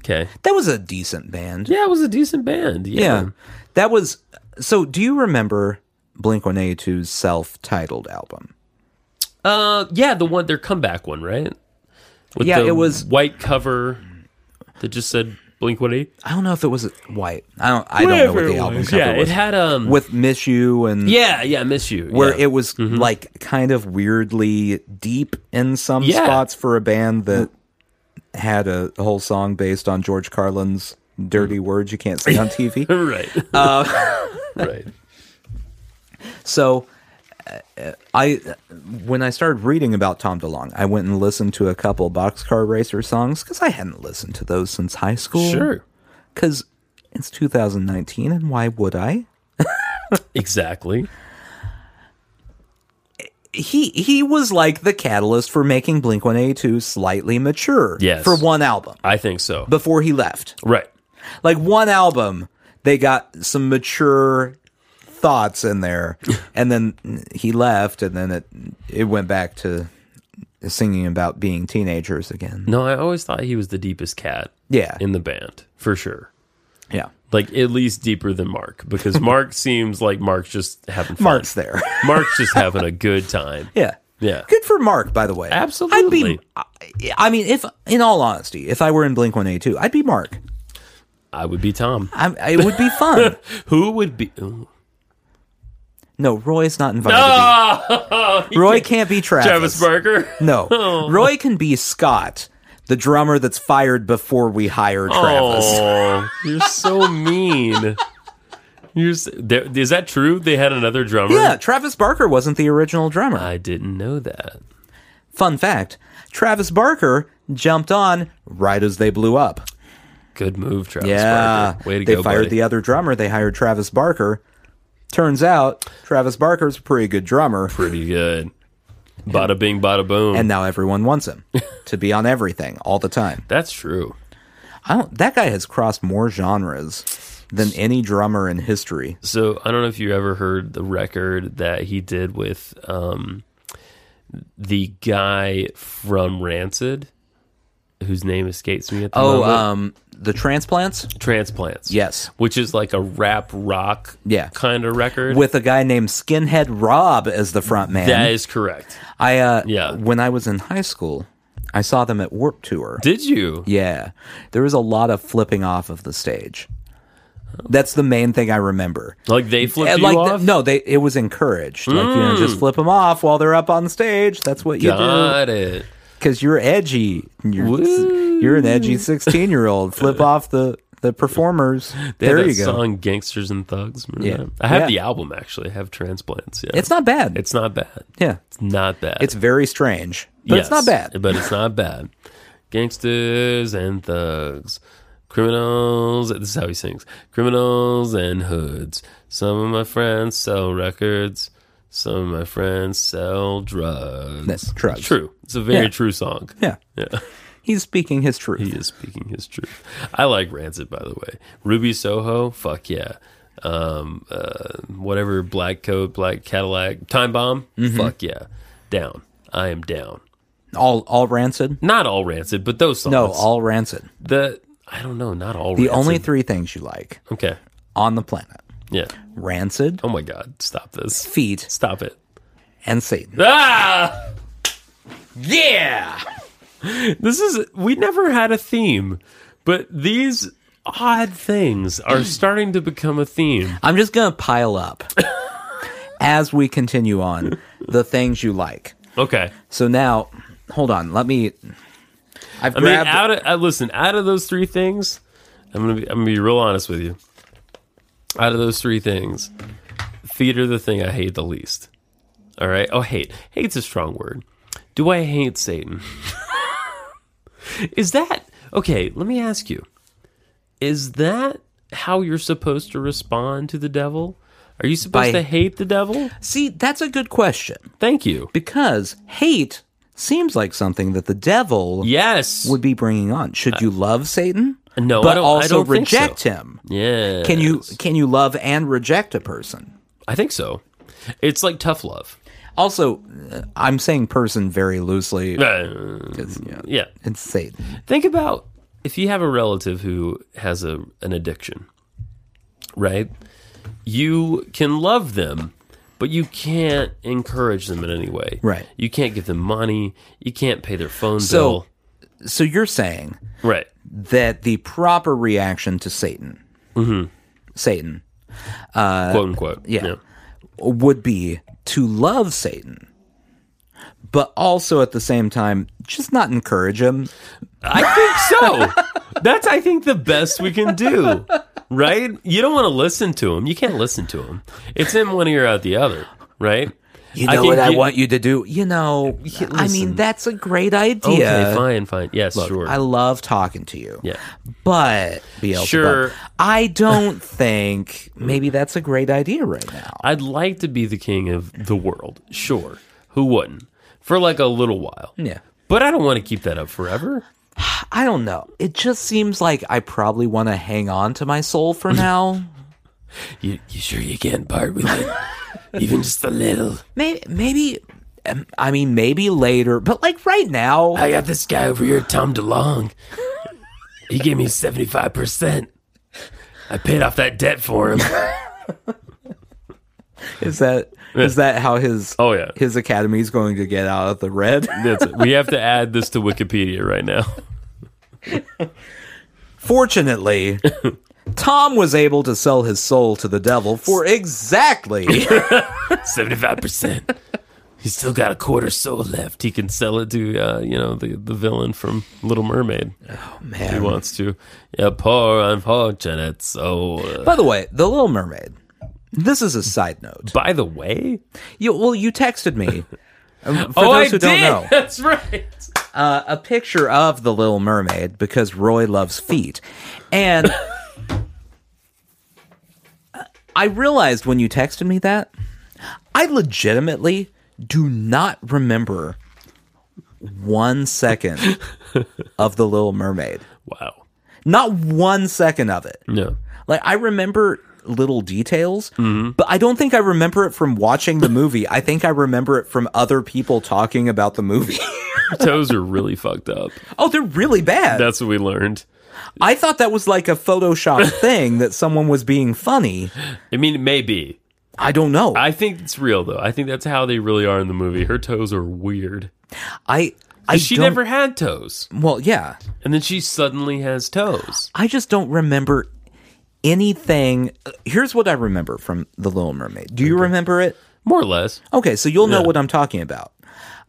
Speaker 2: Okay.
Speaker 3: That was a decent band.
Speaker 2: Yeah, it was a decent band. Yeah.
Speaker 3: Yeah. That was so do you remember Blink 182's self-titled album?
Speaker 2: Uh, yeah, the one their comeback one, right? With
Speaker 3: Yeah,
Speaker 2: the
Speaker 3: it was-
Speaker 2: white cover that just said Blink One Eight.
Speaker 3: I don't know if it was white. I don't I don't know what the album cover
Speaker 2: Yeah, it
Speaker 3: was.
Speaker 2: had um.
Speaker 3: with Miss You and
Speaker 2: yeah, Mm-hmm. yeah, Miss You.
Speaker 3: where
Speaker 2: yeah.
Speaker 3: it was like kind of weirdly deep in some
Speaker 2: Yeah.
Speaker 3: spots for a band that had a whole song based on George Carlin's dirty words you can't say on TV.
Speaker 2: right.
Speaker 3: Uh,
Speaker 2: right.
Speaker 3: So uh, I when I started reading about Tom DeLonge, I went and listened to a couple Boxcar Racer songs cuz I hadn't listened to those since high school.
Speaker 2: Sure.
Speaker 3: Cuz it's 2019 and why would I?
Speaker 2: Exactly.
Speaker 3: He he was like the catalyst for making Blink-182 slightly mature
Speaker 2: Yes.
Speaker 3: for one album
Speaker 2: I think so.
Speaker 3: before he left.
Speaker 2: right.
Speaker 3: Like one album they got some mature thoughts in there, and then he left, and then it it went back to singing about being teenagers again.
Speaker 2: No, I always thought he was the deepest cat
Speaker 3: Yeah,
Speaker 2: in the band for sure.
Speaker 3: yeah.
Speaker 2: Like at least deeper than Mark because Mark seems like Mark's just having fun.
Speaker 3: Mark's there.
Speaker 2: Mark's just having a good time.
Speaker 3: yeah,
Speaker 2: Yeah.
Speaker 3: Good for Mark, by the way.
Speaker 2: Absolutely.
Speaker 3: I'd be. I mean, if in all honesty, if I were in Blink One Eighty Two, I'd be Mark.
Speaker 2: I would be Tom.
Speaker 3: I'm, it would be fun.
Speaker 2: Who would be? ooh.
Speaker 3: no, Roy's not invited. to be- Roy can't be Travis.
Speaker 2: Travis Barker.
Speaker 3: No,
Speaker 2: Oh.
Speaker 3: Roy can be Scott, the drummer that's fired before we hire Travis.
Speaker 2: Oh, you're so mean. You're so, there, is that true? They had another drummer.
Speaker 3: Yeah, Travis Barker wasn't the original drummer.
Speaker 2: I didn't know that.
Speaker 3: Fun fact Travis Barker jumped on right as they blew up.
Speaker 2: Good move, Travis.
Speaker 3: Yeah.
Speaker 2: Barker. way to
Speaker 3: they
Speaker 2: go,
Speaker 3: fired
Speaker 2: buddy.
Speaker 3: the other drummer. They hired Travis Barker. Turns out Travis Barker's a pretty good drummer.
Speaker 2: Pretty good. Bada bing, bada boom.
Speaker 3: And now everyone wants him to be on everything all the time.
Speaker 2: That's true.
Speaker 3: I don't, that guy has crossed more genres than any drummer in history.
Speaker 2: So I don't know if you ever heard the record that he did with um, the guy from Rancid, whose name escapes me at the
Speaker 3: Oh,
Speaker 2: moment.
Speaker 3: um, the transplants
Speaker 2: Transplants.
Speaker 3: Yes.
Speaker 2: Which is like a rap rock
Speaker 3: Yeah.
Speaker 2: kind of record.
Speaker 3: with a guy named Skinhead Rob as the front man.
Speaker 2: that is correct.
Speaker 3: I uh,
Speaker 2: Yeah.
Speaker 3: When I was in high school, I saw them at Warp Tour.
Speaker 2: Did you?
Speaker 3: Yeah. There was a lot of flipping off of the stage. That's the main thing I remember.
Speaker 2: Like they flipped
Speaker 3: And
Speaker 2: you
Speaker 3: like the-
Speaker 2: off? Mm.
Speaker 3: no, they it was encouraged. Like you know, just flip them off while they're up on stage. That's what you do
Speaker 2: Got it.
Speaker 3: because you're edgy. You're, you're an edgy sixteen year old. Flip off the the performers.
Speaker 2: They
Speaker 3: there
Speaker 2: had
Speaker 3: you
Speaker 2: that
Speaker 3: go.
Speaker 2: song "Gangsters and Thugs." Remember
Speaker 3: Yeah.
Speaker 2: that? I have
Speaker 3: Yeah.
Speaker 2: the album actually. I have Transplants. Yeah,
Speaker 3: It's not bad.
Speaker 2: It's not bad.
Speaker 3: yeah.
Speaker 2: It's not bad.
Speaker 3: It's very strange, but it's not
Speaker 2: Yes,
Speaker 3: bad.
Speaker 2: But it's not bad. Gangsters and thugs, criminals. This is how he sings: criminals and hoods. Some of my friends sell records. Some of my friends sell drugs.
Speaker 3: That's drugs.
Speaker 2: True. It's a very
Speaker 3: Yeah.
Speaker 2: true song.
Speaker 3: Yeah.
Speaker 2: Yeah.
Speaker 3: He's speaking his truth.
Speaker 2: He is speaking his truth. I like Rancid, by the way. Ruby Soho, fuck yeah. Um, uh, whatever, Black Coat, Black Cadillac, Time Bomb,
Speaker 3: Mm-hmm.
Speaker 2: fuck yeah. Down. I am down.
Speaker 3: all all rancid.
Speaker 2: Not all Rancid, but those songs.
Speaker 3: No, all rancid.
Speaker 2: the I don't know. Not all.
Speaker 3: The
Speaker 2: Rancid.
Speaker 3: only three things you like
Speaker 2: okay.
Speaker 3: on the planet:
Speaker 2: Yeah.
Speaker 3: rancid,
Speaker 2: Oh my God! Stop this.
Speaker 3: feet,
Speaker 2: Stop it.
Speaker 3: and Satan.
Speaker 2: Ah. Yeah. This is. We never had a theme, but these odd things are starting to become a theme.
Speaker 3: I'm just going to pile up as we continue on the things you like.
Speaker 2: Okay.
Speaker 3: So now, hold on. Let me. I've
Speaker 2: I mean,
Speaker 3: grabbed.
Speaker 2: out of uh, listen, out of those three things, I'm gonna be I'm gonna be real honest with you. Out of those three things, feet are the thing I hate the least. All right. Oh, hate. Hate's a strong word. Do I hate Satan? is that okay? Let me ask you. Is that how you're supposed to respond to the devil? Are you
Speaker 3: By-
Speaker 2: supposed to hate the devil?
Speaker 3: see, that's a good question
Speaker 2: Thank you.
Speaker 3: because hate seems like something that the devil
Speaker 2: Yes.
Speaker 3: would be bringing on. Should you love Satan?
Speaker 2: Uh, no,
Speaker 3: but
Speaker 2: I don't,
Speaker 3: also
Speaker 2: I don't think so.
Speaker 3: reject him.
Speaker 2: Yeah.
Speaker 3: Can you can you love and reject a person?
Speaker 2: I think so. It's like tough love.
Speaker 3: Also, uh, I'm saying person very loosely.
Speaker 2: Uh,
Speaker 3: 'cause, you know,
Speaker 2: yeah.
Speaker 3: It's Satan.
Speaker 2: Think about if you have a relative who has a an addiction, right? You can love them, but you can't encourage them in any way.
Speaker 3: Right.
Speaker 2: You can't give them money. You can't pay their phone
Speaker 3: So- So you're saying
Speaker 2: bill. Right.
Speaker 3: that the proper reaction to Satan,
Speaker 2: Mm-hmm.
Speaker 3: Satan,
Speaker 2: Quote unquote.
Speaker 3: uh, yeah. would be to love Satan, but also at the same time, just not encourage him.
Speaker 2: I think so. That's I think the best we can do. Right? You don't want to listen to him. You can't listen to him. It's in one ear out the other, right?
Speaker 3: You
Speaker 2: I
Speaker 3: know
Speaker 2: can
Speaker 3: what I
Speaker 2: get-
Speaker 3: want you to do? You know, I mean, that's a great idea.
Speaker 2: Okay, fine, fine. Yes, sure.
Speaker 3: I love talking to you.
Speaker 2: yeah.
Speaker 3: But, Beelzebub,
Speaker 2: Sure.
Speaker 3: I don't think maybe that's a great idea right now.
Speaker 2: I'd like to be the king of the world. Sure. Who wouldn't? For like a little while.
Speaker 3: Yeah.
Speaker 2: But I don't want to keep that up forever.
Speaker 3: I don't know. It just seems like I probably want to hang on to my soul for now.
Speaker 2: You, you sure you can't part with it? Even just a little.
Speaker 3: Maybe, maybe, um, I mean, maybe later, but like right now,
Speaker 2: I got this guy over here, Tom DeLong. He gave me 75%. I paid off that debt for him.
Speaker 3: is that is that how his
Speaker 2: Oh, yeah.
Speaker 3: his academy is going to get out of the red?
Speaker 2: That's it. We have to add this to Wikipedia right now.
Speaker 3: Fortunately, Tom was able to sell his soul to the devil for exactly
Speaker 2: 75%. He's still got a quarter soul left. He can sell it to, uh, you know, the, the villain from Little Mermaid. He
Speaker 3: man.
Speaker 2: wants to. Yeah, poor unfortunate soul.
Speaker 3: By the way, The Little Mermaid. This is a side note.
Speaker 2: By the way,
Speaker 3: You, well, you texted me. Um, For
Speaker 2: oh,
Speaker 3: those
Speaker 2: I
Speaker 3: who don't
Speaker 2: did.
Speaker 3: know,
Speaker 2: That's right.
Speaker 3: uh, a picture of The Little Mermaid because Roy loves feet. And I realized when you texted me that, I legitimately do not remember one second of The Little Mermaid.
Speaker 2: Wow.
Speaker 3: Not one second of it.
Speaker 2: No.
Speaker 3: Like I remember little details,
Speaker 2: Mm-hmm.
Speaker 3: but I don't think I remember it from watching the movie. I think I remember it from other people talking about the movie.
Speaker 2: Your toes are really fucked up.
Speaker 3: oh, they're really bad.
Speaker 2: That's what we learned.
Speaker 3: I thought that was like a Photoshop thing that someone was being funny.
Speaker 2: I mean, it may be.
Speaker 3: I don't know. I
Speaker 2: I think it's real, though. I think that's how they really are in the movie. Her toes are weird.
Speaker 3: I,
Speaker 2: She
Speaker 3: don't-
Speaker 2: never had toes.
Speaker 3: Well, yeah.
Speaker 2: And then she suddenly has toes.
Speaker 3: I just don't remember anything. Here's what I remember from The Little Mermaid. Do you remember it?
Speaker 2: More or less.
Speaker 3: Okay, so you'll know what I'm talking about.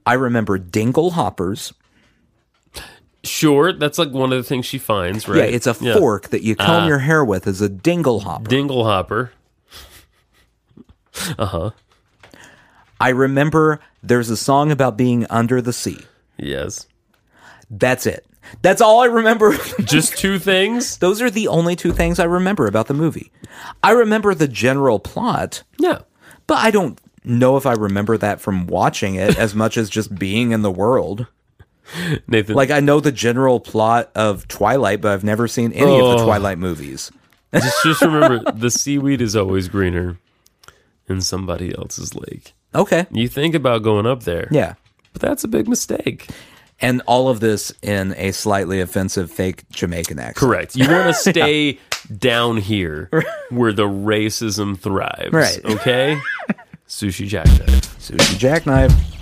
Speaker 3: I remember dingle hoppers.
Speaker 2: Sure, that's like one of the things she finds, right?
Speaker 3: Yeah, it's a fork that you comb your hair with as a dingle hopper.
Speaker 2: Dingle hopper.
Speaker 3: I remember there's a song about being under the sea.
Speaker 2: Yes.
Speaker 3: That's it. That's all I remember.
Speaker 2: Just two things?
Speaker 3: Those are the only two things I remember about the movie. I remember the general plot,
Speaker 2: Yeah.
Speaker 3: but I don't know if I remember that from watching it as much as just being in the world.
Speaker 2: Nathan.
Speaker 3: Like I know the general plot of Twilight, but I've never seen any of the
Speaker 2: Oh.
Speaker 3: Twilight movies.
Speaker 2: just, just remember the seaweed is always greener in somebody else's lake.
Speaker 3: Okay.
Speaker 2: You think about going up there.
Speaker 3: Yeah.
Speaker 2: But that's a big mistake.
Speaker 3: And all of this in a slightly offensive fake Jamaican accent.
Speaker 2: Correct. You want to stay down here where the racism thrives.
Speaker 3: Right.
Speaker 2: Okay? Sushi jackknife.
Speaker 3: Sushi Jackknife.